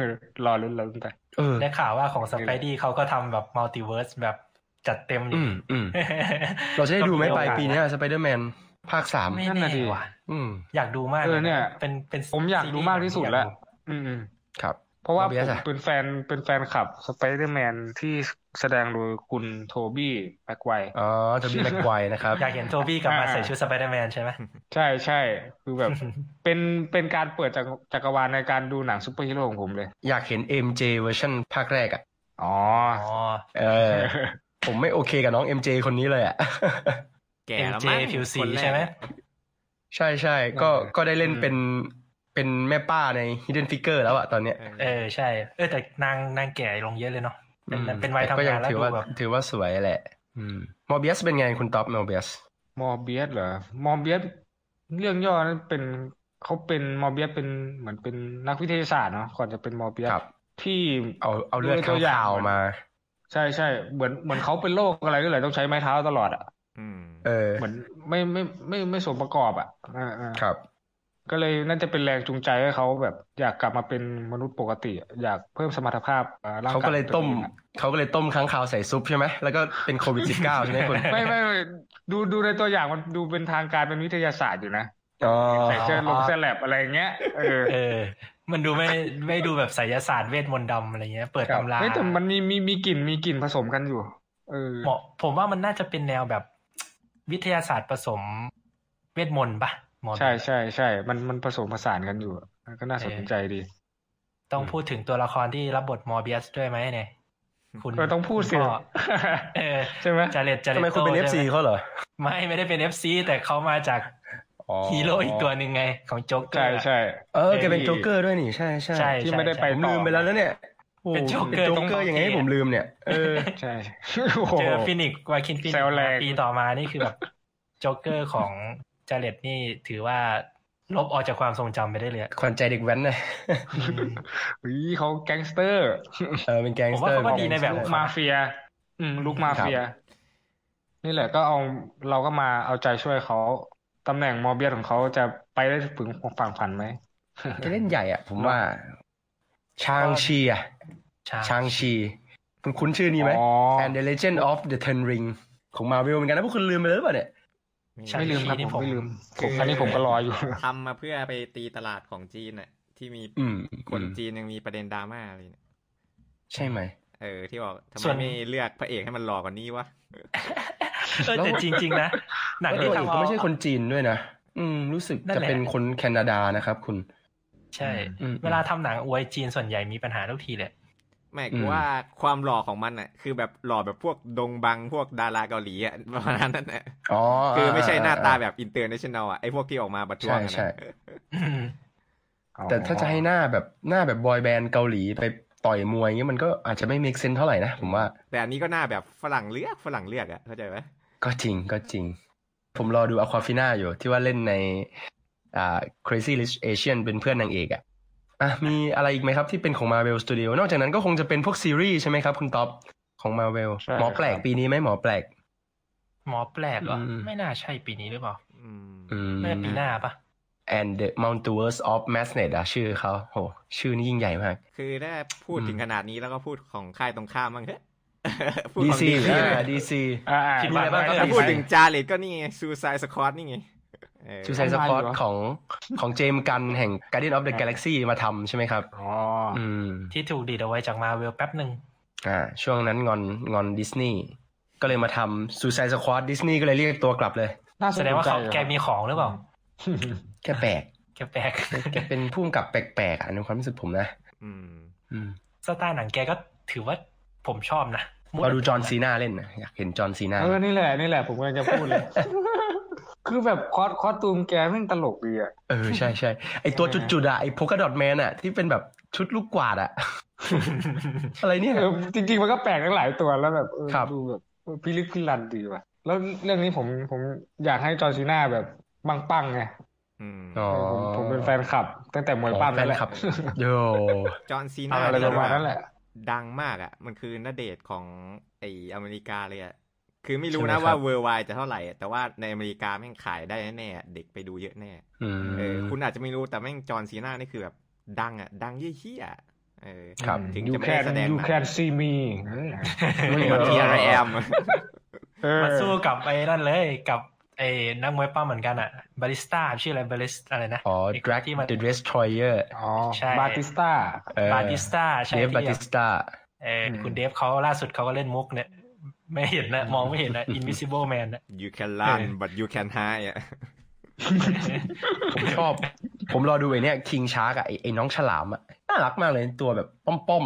[SPEAKER 4] รอลุ้นรอลุ้นไป
[SPEAKER 1] เออ
[SPEAKER 2] ได้ข่าวว่าของสไปดี้เขาก็ทำแบบมัลติเวิร์สแบบจัดเต็มอยู่
[SPEAKER 1] อืมอืม เราจะได้ดูไหมปลายปีเนี้สไปเดอร์แมนภาคสาม
[SPEAKER 2] ไม่
[SPEAKER 4] นั่น
[SPEAKER 2] แน่
[SPEAKER 4] น่ะดิ
[SPEAKER 2] ว่ะ
[SPEAKER 1] อืม
[SPEAKER 2] อยากดูมาก
[SPEAKER 4] เออเนี่ย
[SPEAKER 2] เป็นเป็น
[SPEAKER 4] ผมอยากดูมากที่สุดแล้ว อืมอืม
[SPEAKER 1] ครับ
[SPEAKER 4] เพราะว่าผ
[SPEAKER 1] OBS
[SPEAKER 4] ม
[SPEAKER 1] อะ
[SPEAKER 4] เป็นแฟนเป็นแฟนคลับสไปเดอร์แมนที่แสดงโดยคุณโทบี้แบ็กไวท์
[SPEAKER 1] อ๋อทบีแม็กไวนะครับ
[SPEAKER 2] อยากเห็นโทบี้กลับมาใส่ชุดสไปเดอร์แมนใช่ไหม
[SPEAKER 4] ใช่ใช่ คือแบบ เป็นเป็นการเปิดจักรจักรวาลในการดูหนังซูเปอร์ฮีโร่ของผมเลย
[SPEAKER 1] อยากเห็น MJ เวอร์ชันภาคแรกอ่ะ
[SPEAKER 4] อ๋อ
[SPEAKER 2] อ๋อ
[SPEAKER 1] เออ ผมไม่โอเคกับน้อง MJ คนนี้เลยอ่ะ
[SPEAKER 3] แก่
[SPEAKER 2] เอ็ม
[SPEAKER 3] แล้ว
[SPEAKER 2] เจ
[SPEAKER 3] มั้ง
[SPEAKER 2] ผิวสี
[SPEAKER 3] คนแรก
[SPEAKER 2] ใช่ไหม
[SPEAKER 1] ใช่ใช่ก็
[SPEAKER 4] เออ
[SPEAKER 1] ก็ได้เล่นเป็นเป็นแม่ป้าใน Hidden Figure แล้วอ่ะตอนเนี้ย
[SPEAKER 2] เออใช่ เออแต่นางนางแก่ลงเยอะเลยเนาะเป็น
[SPEAKER 1] อืม
[SPEAKER 2] เป็นวัย
[SPEAKER 1] แต่ก็ยัง
[SPEAKER 2] ทำาง นแล้ว
[SPEAKER 1] ถือ
[SPEAKER 2] ดู
[SPEAKER 1] ว่า
[SPEAKER 2] แบบ
[SPEAKER 1] ถือว่าสวยแหละ อืมมอร์เบียสเป็นไงคุณท็อปมอร์เบียส
[SPEAKER 4] มอร์เบียสเหรอ มอร์เบียสเรื่องย่อนั้นเป็นเขาเป็นมอร์เบียสเป็นเหมือนเป็นนักวิทยาศาสตร์เนาะก่อนจะเป็นมอร์เบียส
[SPEAKER 1] ครับ
[SPEAKER 4] ที่
[SPEAKER 1] เอาเอาเลือด
[SPEAKER 4] ดูในตั
[SPEAKER 1] ข้าว ง
[SPEAKER 4] อย่าง
[SPEAKER 1] คาวมา
[SPEAKER 4] ใช่ใช่เหมือนเหมือนเขาเป็นโรคอะไรด้วยแหละต้องใช้ไม้เท้าตลอดอ่ะ
[SPEAKER 3] อืม
[SPEAKER 1] เออ
[SPEAKER 4] เหมือนไม่ไม่ไม่ไม่สมประกอบอ่ะอ่าอ่า
[SPEAKER 1] ครับ
[SPEAKER 4] ก็เลยน่าจะเป็นแรงจูงใจให้เขาแบบอยากกลับมาเป็นมนุษย์ปกติ อยากเพิ่มสมรรถภาพอ่อร่าง
[SPEAKER 1] เขา
[SPEAKER 4] กาย
[SPEAKER 1] ก็เลยต้มเขาก็เลยต้มค้างคาวใส่ซุปใช่ไหมแล้วก็เป็นโควิด -19 ใช่ไหมคุณ
[SPEAKER 4] ไม่ไม่ไม่ดูดูในตัวอย่างมันดูเป็นทางการเป็นวิทยาศาสตร์อยู่นะ
[SPEAKER 1] อ๋อ
[SPEAKER 4] ใส่เสื้อลงเสื้อแลบอะไรอย่างเงี้ยเออ
[SPEAKER 2] เออ มันดูไม่ไม่ดูแบบไสยศาสตร์เวทมนต์ดำอะไรเงี้ย เปิด
[SPEAKER 4] ครับ
[SPEAKER 2] ตำรา
[SPEAKER 4] เฮ้ยแต่มันมีมีมีกลิ่นมีกลิ่นผสมกันอยู่เออ
[SPEAKER 2] เหมาะผมว่ามันน่าจะเป็นแนวแบบวิทยาศาสตร์ผสมเวทมนต์ปะหมอ
[SPEAKER 4] ใช่ใช่ใช่มันมันผสมผสานกันอยู่มันก็น่าสนใจดี
[SPEAKER 2] ต้องพูดถึงตัวละครที่รับบทมอร์เบียสด้วยไหมเนี่ยคุณ
[SPEAKER 4] เราต้องพูดสิ
[SPEAKER 2] คุณพ่อเออ
[SPEAKER 4] ใช่ไหม
[SPEAKER 2] จาเลตจาเลต
[SPEAKER 1] ทำไมคุณเป็น FC เขาเหรอ
[SPEAKER 2] ไม่ไม่ได้เป็นเอฟซีแต่เขามาจาก
[SPEAKER 1] อ๋อ
[SPEAKER 2] ฮีโร่อีกตัวหนึ่งไง ของโจ๊กเกอ
[SPEAKER 4] ใช่
[SPEAKER 2] ร์อะ
[SPEAKER 4] ใช่
[SPEAKER 1] เออแกเป็นโจ๊กเกอร์ด้วยนี่ใช่ใช่
[SPEAKER 2] ใช่
[SPEAKER 4] ที่ไม่ได้ไป
[SPEAKER 1] ผมลืม
[SPEAKER 4] ต่อ
[SPEAKER 1] ไปแล้วนะเนี่ยโอ้โห
[SPEAKER 2] เป็นโจ๊กเกอร์
[SPEAKER 1] ป็นโจ๊กเกอร์ยังไงให้ผมลืมเนี่ยเออ
[SPEAKER 4] ใช่ โอ้โห
[SPEAKER 2] เจอฟินิกซ์วาคินฟินิก
[SPEAKER 4] แซว
[SPEAKER 2] ซ์
[SPEAKER 4] แรง
[SPEAKER 2] มาปีต่อมานี่ คือแบบโจ๊กเกอร์ของจาเลตนี่ถือว่าลบออกจากความทรงจำไปได้เลยอะ
[SPEAKER 1] ขวัญใจเด็กแว้นนะ
[SPEAKER 2] อืม
[SPEAKER 4] เฮ้ยเขาแก๊งสเตอร์
[SPEAKER 1] เออเป็นแก๊ง
[SPEAKER 2] ผม
[SPEAKER 1] ส
[SPEAKER 2] ว่า
[SPEAKER 1] เตอร์
[SPEAKER 2] เขาก็ดีในแบบ
[SPEAKER 1] ข
[SPEAKER 4] ลุ
[SPEAKER 1] อก ง
[SPEAKER 4] มาเฟีย อืมลุกมาเฟีย นี่แหละก็เอาเราก็มาเอาใจช่วยเขาตำแหน่งมอร์เบียสของเขาจะไปได้ถึงฝั่งฝันไหม
[SPEAKER 1] จะเล่นใหญ่อ่ะ ผมว่า ชางชีอ่ะ
[SPEAKER 2] ใช่
[SPEAKER 1] ชางชีคุณคุ้นชื่อนี้ไหม
[SPEAKER 4] อ๋อ
[SPEAKER 1] and the legend of the ten ring ของมา v e l เหมือนกันนะพวกคุณลืมไปแล้วหรือเปล่าเนี่ย
[SPEAKER 2] ใช่
[SPEAKER 4] ไม่ลืมครับ
[SPEAKER 2] นี่
[SPEAKER 4] ผ
[SPEAKER 2] ผม
[SPEAKER 4] มไม่ลืม
[SPEAKER 3] คื
[SPEAKER 4] ผ
[SPEAKER 3] อ
[SPEAKER 4] มอันนี้ผมก็รออยู่
[SPEAKER 3] ทำมาเพื่อไปตีตลาดของจีนน่ะ ที่มี
[SPEAKER 1] อืม
[SPEAKER 3] คน
[SPEAKER 1] อืม
[SPEAKER 3] จีนยังมีประเด็นดราม่าอะไรเนี่ย
[SPEAKER 1] ใช่ไหม
[SPEAKER 3] เออที่บอกทำไม
[SPEAKER 2] ส่วน
[SPEAKER 3] ไม่เลือกพระเอกให้มันหล่อกว่านี้วะ
[SPEAKER 2] เออแต่จริง ๆ นะ หนัง
[SPEAKER 1] แล้ว
[SPEAKER 2] ที่
[SPEAKER 1] ตัวเอกก็
[SPEAKER 2] ทำเอา
[SPEAKER 1] ไม่ใช่คนจีนด้วยนะอืม รู้สึก
[SPEAKER 2] นั่น
[SPEAKER 1] จะ
[SPEAKER 2] แหละ
[SPEAKER 1] เป็นคนแคนาดานะครับ คุณ
[SPEAKER 2] ใช่
[SPEAKER 1] อืม
[SPEAKER 2] เวลาทำหนังอวยจีนส่วนใหญ่มีปัญหาทุกทีเลย
[SPEAKER 3] ไม่
[SPEAKER 1] อื
[SPEAKER 3] กู
[SPEAKER 1] ม
[SPEAKER 3] ว่าความหล่อของมันอ่ะ คือแบบหล่อแบบพวกดงบังพวกดาราเกาหลีอ่ะ ประมาณนั้นแหละ
[SPEAKER 1] อ๋อ
[SPEAKER 3] คือไม่ใช่หน้าตาแบบอินเตอร์เนชั่นแนลอ่ะไอพวกที่ออกมาประท้วง
[SPEAKER 1] ใช่
[SPEAKER 3] อะนะ
[SPEAKER 1] ใช่
[SPEAKER 2] อืม
[SPEAKER 1] แต่ถ้าจะให้หน้าแบบหน้าแบบบอยแบนด์เกาหลีไปต่อยมวยเงี้ยมันก็อาจจะไม่ make sense เท่าไหร่นะผมว่า
[SPEAKER 3] แต่อันนี้ก็หน้าแบบฝรั่งเลือกฝรั่งเลือกอ่ะเข้าใจไหม
[SPEAKER 1] ก็จริงก็จริง ผมรอดูอควาฟิน่าอยู่ที่ว่าเล่นในอ่า Crazy Rich Asian เป็นเพื่อนนางเอกอะอ่ะมีอะไรอีกไหมครับที่เป็นของ Marvel Studio นอกจากนั้นก็คงจะเป็นพวกซีรีส์ใช่ไหมครับ คุณท็อปของ Marvel
[SPEAKER 4] ใช่ครับ
[SPEAKER 1] หมอแปลกปีนี้ไหมหมอแปลก
[SPEAKER 2] หมอแปลกเหรออ
[SPEAKER 1] ม
[SPEAKER 2] ไม่น่าใช่ปีนี้หรือเปล่า
[SPEAKER 3] อืม
[SPEAKER 1] อืม
[SPEAKER 2] ไม่ปีหน้าปะ
[SPEAKER 1] and the Mountaineers of Madness อะชื่อเขาโหชื่อนี่ยิ่งใหญ่มาก
[SPEAKER 3] คือถ้าพูดถึงขนาดนี้แล้วก็พูดของค่ายตรงข้ามบ้างเถอะ พูดของ
[SPEAKER 1] DC อ่า
[SPEAKER 3] นะ
[SPEAKER 1] DC
[SPEAKER 4] อ่า
[SPEAKER 2] คิดว่าอะไรบ้าง
[SPEAKER 3] แต่พูดถึงจาเลตก็นี่ไงซูซายสคอตนี่ไงเออ
[SPEAKER 1] ชูไซสปอตของของเจมกันแห่ง Guardian of the Galaxy มาทำใช่ไหมครับ
[SPEAKER 4] อ๋อ
[SPEAKER 1] อืม
[SPEAKER 2] ที่ถูกดีดเอาไว้จากมาเวลแป๊บหนึ่ง
[SPEAKER 1] อ่าช่วงนั้นงอนงอนดิสนีย์ก็เลยมาทำ Suicide Squad ดิสนีย์ก็เลยเรียกตัวกลับเลย
[SPEAKER 4] น่สน
[SPEAKER 2] แสดงว่าเขา
[SPEAKER 4] ใจ
[SPEAKER 2] แกมีของหรือเปล่า
[SPEAKER 1] แกแปลก
[SPEAKER 2] แกแปลก
[SPEAKER 1] แกเป็นผู้กำกับแปลกๆอ่ะในความรู้สึกผมนะ
[SPEAKER 3] อืม
[SPEAKER 1] อืม
[SPEAKER 2] สไตล์หนังแกก็ถือว่าผมชอบนะมุด
[SPEAKER 1] เราดูจอห์นซีนาเล่นนะอยากเห็นจอห์นซีนา
[SPEAKER 4] เออนี่แหละนี่แหละผมกำลังจะพูดเลย คือแบบคอสคอสตูมแกแม่งตลกดีอ่ะ
[SPEAKER 1] เออใช่ใช่ไอตัวจุดๆอ่ะไอโพกดอ t แมนอ่ะที่เป็นแบบชุดลูกกวาดอ่ะ อะไรเนี่ย
[SPEAKER 4] เออจริงๆมันก็แปลกทั้งหลายตัวแล้วแบบเออ
[SPEAKER 1] ครับ
[SPEAKER 4] ดูแบบเออพิลึกพิลันดีว่ะ แล้วเรื่องนี้ผมผมอยากให้จอร์ซีน่าแบบปังๆไง
[SPEAKER 3] อืม
[SPEAKER 1] อ๋อ
[SPEAKER 4] เออผมผมเป็นแฟนคลับ ตั้งแต่มวย
[SPEAKER 1] อ๋อ
[SPEAKER 4] ปั้ม
[SPEAKER 1] แฟ
[SPEAKER 4] นั่
[SPEAKER 1] น
[SPEAKER 4] นแหละ
[SPEAKER 1] คลับโย
[SPEAKER 3] จอห์นซีน่า
[SPEAKER 4] อะไร
[SPEAKER 3] นี่
[SPEAKER 4] ประมาณ
[SPEAKER 3] แบบ
[SPEAKER 4] นั้นแหละ
[SPEAKER 3] ดังมากอ่ะ มันคือนาเดทของไออเมริกาเลยอ่ะ คือไม่รู้
[SPEAKER 1] ใช่ไหมครับ
[SPEAKER 3] นะว่าเวอร์ไวจะเท่าไหร่อะแต่ว่าในอเมริกาแม่งขายได้แน่ๆเด็กไปดูเยอะแน่
[SPEAKER 1] อืม
[SPEAKER 3] เออคุณอาจจะไม่รู้แต่แม่งจอห์นซีน่านี่คือแบบดังอ่ะ ดังเยี่ยๆอะเออ
[SPEAKER 1] ครับ
[SPEAKER 3] ถึง
[SPEAKER 4] You
[SPEAKER 3] จะไม่ได้
[SPEAKER 4] can
[SPEAKER 3] แสดง
[SPEAKER 4] you
[SPEAKER 3] หนัง
[SPEAKER 4] can see me
[SPEAKER 3] เหมันทีอาร์แอม
[SPEAKER 4] เออ
[SPEAKER 2] มาสู้กับไอ้นั่นเลยกับไอ้นักมวยปั้มเหมือนกันอ่ะบาริสต้าชื่ออะไรบาริสอะไรนะ
[SPEAKER 1] อ๋อ Drag
[SPEAKER 2] ที่มัน
[SPEAKER 1] the Destroyer
[SPEAKER 4] อ๋อ
[SPEAKER 2] ใช่
[SPEAKER 4] บาติสต้า
[SPEAKER 1] เออบ
[SPEAKER 2] าติสต้าใช่
[SPEAKER 1] เดฟ
[SPEAKER 2] ที่
[SPEAKER 1] บาติสตา
[SPEAKER 2] เอออ
[SPEAKER 4] ม
[SPEAKER 2] คุณเดฟเขาล่าสุดเขาก็เล่นมุกเนี่ย ไม่เห็นนะ มองไม่เห็นนะ Invisible Man นะ
[SPEAKER 3] you can run but you can hide อะ
[SPEAKER 1] ผมชอบ ผมรอดูไอเนี่ยคิงชาร์กอะไอ้ไอ้น้องฉลามอะน่ารักมากเลยตัวแบบป้อม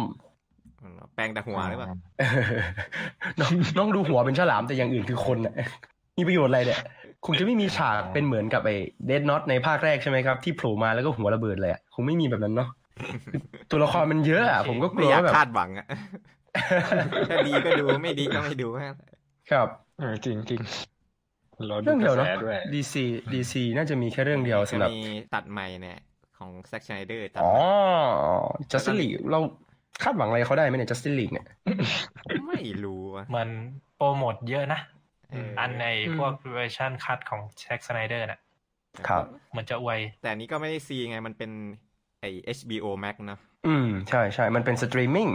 [SPEAKER 1] ๆ
[SPEAKER 3] แปลงแต่หัวหรือเปล่า
[SPEAKER 1] เออ น้องน้องดูหัวเป็นฉลามแต่อย่างอื่นคือคนน่ะ มีประโยชน์อะไรเนี่ยคงจะไม่มีฉากเป็นเหมือนกับไอ้เดดน็อตในภาคแรกใช่ไหมครับที่โผล่มาแล้วก็หัวระเบิดเลยอะคงไม่มีแบบนั้นเนาะ คือตัวละครมันเยอะอะผมก็ก
[SPEAKER 3] ไม่
[SPEAKER 1] ลัว
[SPEAKER 3] อยา
[SPEAKER 1] ว่า
[SPEAKER 3] ก
[SPEAKER 1] แบบ
[SPEAKER 3] คาดหวังอะ ถ้าดีก็ ดูไม่ดีก็ไม่ดูฮะ
[SPEAKER 1] ครับ
[SPEAKER 4] เออจริงจริงรอดู
[SPEAKER 1] เรื่องเดี
[SPEAKER 4] ก
[SPEAKER 1] ย
[SPEAKER 4] ระ
[SPEAKER 1] วเนาะ
[SPEAKER 4] แสด้วย
[SPEAKER 1] ดีซีดีซีน่าจะมีแค่เรื่องเดียวสำหรับ
[SPEAKER 3] จะมีตัดใหม่เนี่ย ของแซ c ช n นเดอร์ตัด
[SPEAKER 1] อ๋อ
[SPEAKER 3] ใหม่
[SPEAKER 1] จัสติลีเราคาดหวังอะไรเขาได้ไหมเนี่ยจัสติลีเนี่ย
[SPEAKER 3] ไม่รู้อะ
[SPEAKER 2] เหมือนโปรโมทเยอะนะ
[SPEAKER 3] เออ
[SPEAKER 2] อันใน
[SPEAKER 1] อืม
[SPEAKER 2] พวกเวอร์ชันคัดของแซ็กสไนเดอร์น่ะ
[SPEAKER 1] ครับ
[SPEAKER 2] เหมือนจะอวย
[SPEAKER 3] แต่อันนี้ก็ไม่ได้ซีไงมันเป็นไอ HBO Max เนอะ
[SPEAKER 1] อืมใช่ใช่มันเป็นสตรีมมิ่ง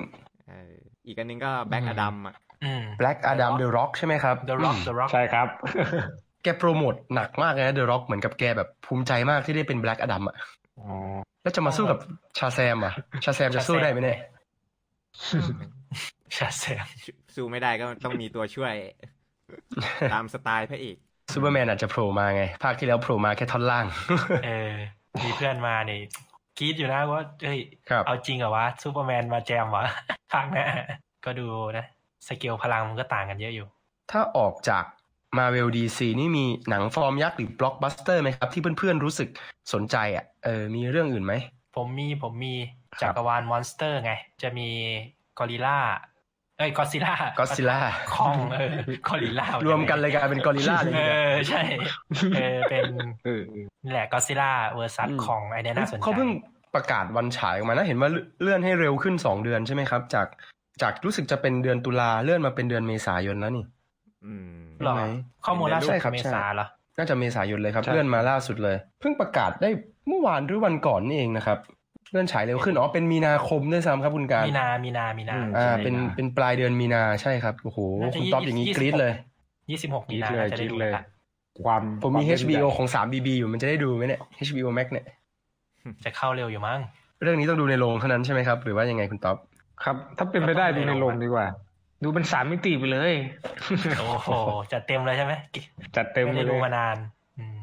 [SPEAKER 3] เอออีกอันหนึงก็แบ็ก
[SPEAKER 1] อืม
[SPEAKER 3] อดัมอะ
[SPEAKER 2] อืม
[SPEAKER 1] Black Adam The Rock ใช่ไหมครับ
[SPEAKER 2] The Rock The Rock
[SPEAKER 4] ใช่ครับ
[SPEAKER 1] แกโปรโมทหนักมากเลยนะเดอะร็อกเหมือนกับแกแบบภูมิใจมากที่ได้เป็นแบล็กอดัมอ่ะ
[SPEAKER 4] อ๋อ
[SPEAKER 1] แล้วจะมาสู้กับชาแซมอ่ะ ชาแซมจะสู้ได้ไหมเนี่ย
[SPEAKER 2] ชาแซม
[SPEAKER 3] สู้ไม่ได้ก็ต้องมีตัวช่วย ตามสไตล์พระเอก
[SPEAKER 1] ซูเปอร์แมนอาจจะโผล่มาไง ภาคที่แล้วโผล่มาแค่ท่อนล่าง
[SPEAKER 2] เออ มีเพื่อนมานี่กรีดอยู่นะว่าเฮ้ย
[SPEAKER 1] ครับ
[SPEAKER 2] เอาจริงเหรอวะซูเปอร์ แมนมาแจมวะ ภาคหน้าก็ดูนะ สเกลพลังมันก็ต่างกันเยอะอยู่
[SPEAKER 1] ถ้าออกจากมาเวลดีซีนี่มีหนังฟอร์มยักษ์หรือบล็อกบัสเตอร์ไหมครับ ที่เพื่อนๆรู้สึกสนใจอ่ะ เออ มีเรื่องอื่นไหม
[SPEAKER 2] ผมมีผมมี
[SPEAKER 1] ครั
[SPEAKER 2] จั
[SPEAKER 1] บ
[SPEAKER 2] กรวาลมอนสเตอร์ไง จะมีกอริล่าเอ้ยกอซิล่า
[SPEAKER 1] ก็ซิ ล่า
[SPEAKER 2] คองเอ อกอริล่าร ร
[SPEAKER 1] วมกันเลยกลายเป็นกอ ริลล่าเลย
[SPEAKER 2] เอ
[SPEAKER 1] ทีเดียว
[SPEAKER 2] อใช่เออเป็น
[SPEAKER 4] เออเออ
[SPEAKER 2] นี่แหละกอซิล่าเวอร์ซัสของไอเนียน่าสนใจ
[SPEAKER 1] เขาเพิ่งประกาศวันฉายออกมานะเห็นว่าเลื่อนให้เร็วขึ้นสองเดือนใช่ไหมครับ จากจากรู้สึกจะเป็นเดือนตุลาเลื่อนมาเป็นเดือนเมษายนแล้วนี่
[SPEAKER 3] อืม
[SPEAKER 2] หรอ
[SPEAKER 1] ใช่ไหม
[SPEAKER 2] ข้อมูลล่าสุ
[SPEAKER 1] ใช่
[SPEAKER 2] ด
[SPEAKER 1] ครับ
[SPEAKER 2] เม
[SPEAKER 1] ใช่
[SPEAKER 2] ษาเหรอ
[SPEAKER 1] น่าจะเมษายนเลยครับ
[SPEAKER 4] ใช่
[SPEAKER 1] เลื่อนมาล่าสุดเลย เพิ่งประกาศได้เมื่อวานหรือวันก่อนนี่เองนะครับเลื่อนฉายเร็วขึ้นอ๋อเป็นมีนาคมด้วยซ้ำครับคุณการ
[SPEAKER 2] มีนามีนามีนา
[SPEAKER 4] อืม
[SPEAKER 1] อ่าเป็นเป็นปลายเดือนมีนาใช่ครับโอ้โห
[SPEAKER 2] น่าจะ
[SPEAKER 1] คุณต๊อบอย่างนี้
[SPEAKER 2] ยี่สิบ
[SPEAKER 1] กรี๊ดเลย
[SPEAKER 2] ยี่สิบหกมี
[SPEAKER 4] คิด
[SPEAKER 2] นา
[SPEAKER 4] เลย
[SPEAKER 2] น่าจะ
[SPEAKER 4] คิ
[SPEAKER 2] ได้
[SPEAKER 4] ด
[SPEAKER 2] ดู
[SPEAKER 4] เลย
[SPEAKER 2] ละ
[SPEAKER 4] ความ
[SPEAKER 1] ผมมี
[SPEAKER 4] ควา
[SPEAKER 1] HBO ของ 3BB อยู่มันจะได้ดูไหมเนี่ย HBO Max เนี่ย
[SPEAKER 2] จะเข้าเร็วอยู่มั้ง
[SPEAKER 1] เรื่องนี้ต้องดูในโรงเท่านั้นใช่ไหมครับ หรือว่ายังไงคุณต๊อบ
[SPEAKER 4] ครับ ถ้าเป็นไปได้ดูในโรงดีกว่า ดูเป็นสามมิติไปเลย
[SPEAKER 2] โอ้โหจัดเต็มเลยใช่ไหม
[SPEAKER 4] จัดเต็ม
[SPEAKER 2] ไม่
[SPEAKER 4] ไป
[SPEAKER 2] ได้
[SPEAKER 4] เล
[SPEAKER 2] ดู
[SPEAKER 4] ย
[SPEAKER 2] มานานอืม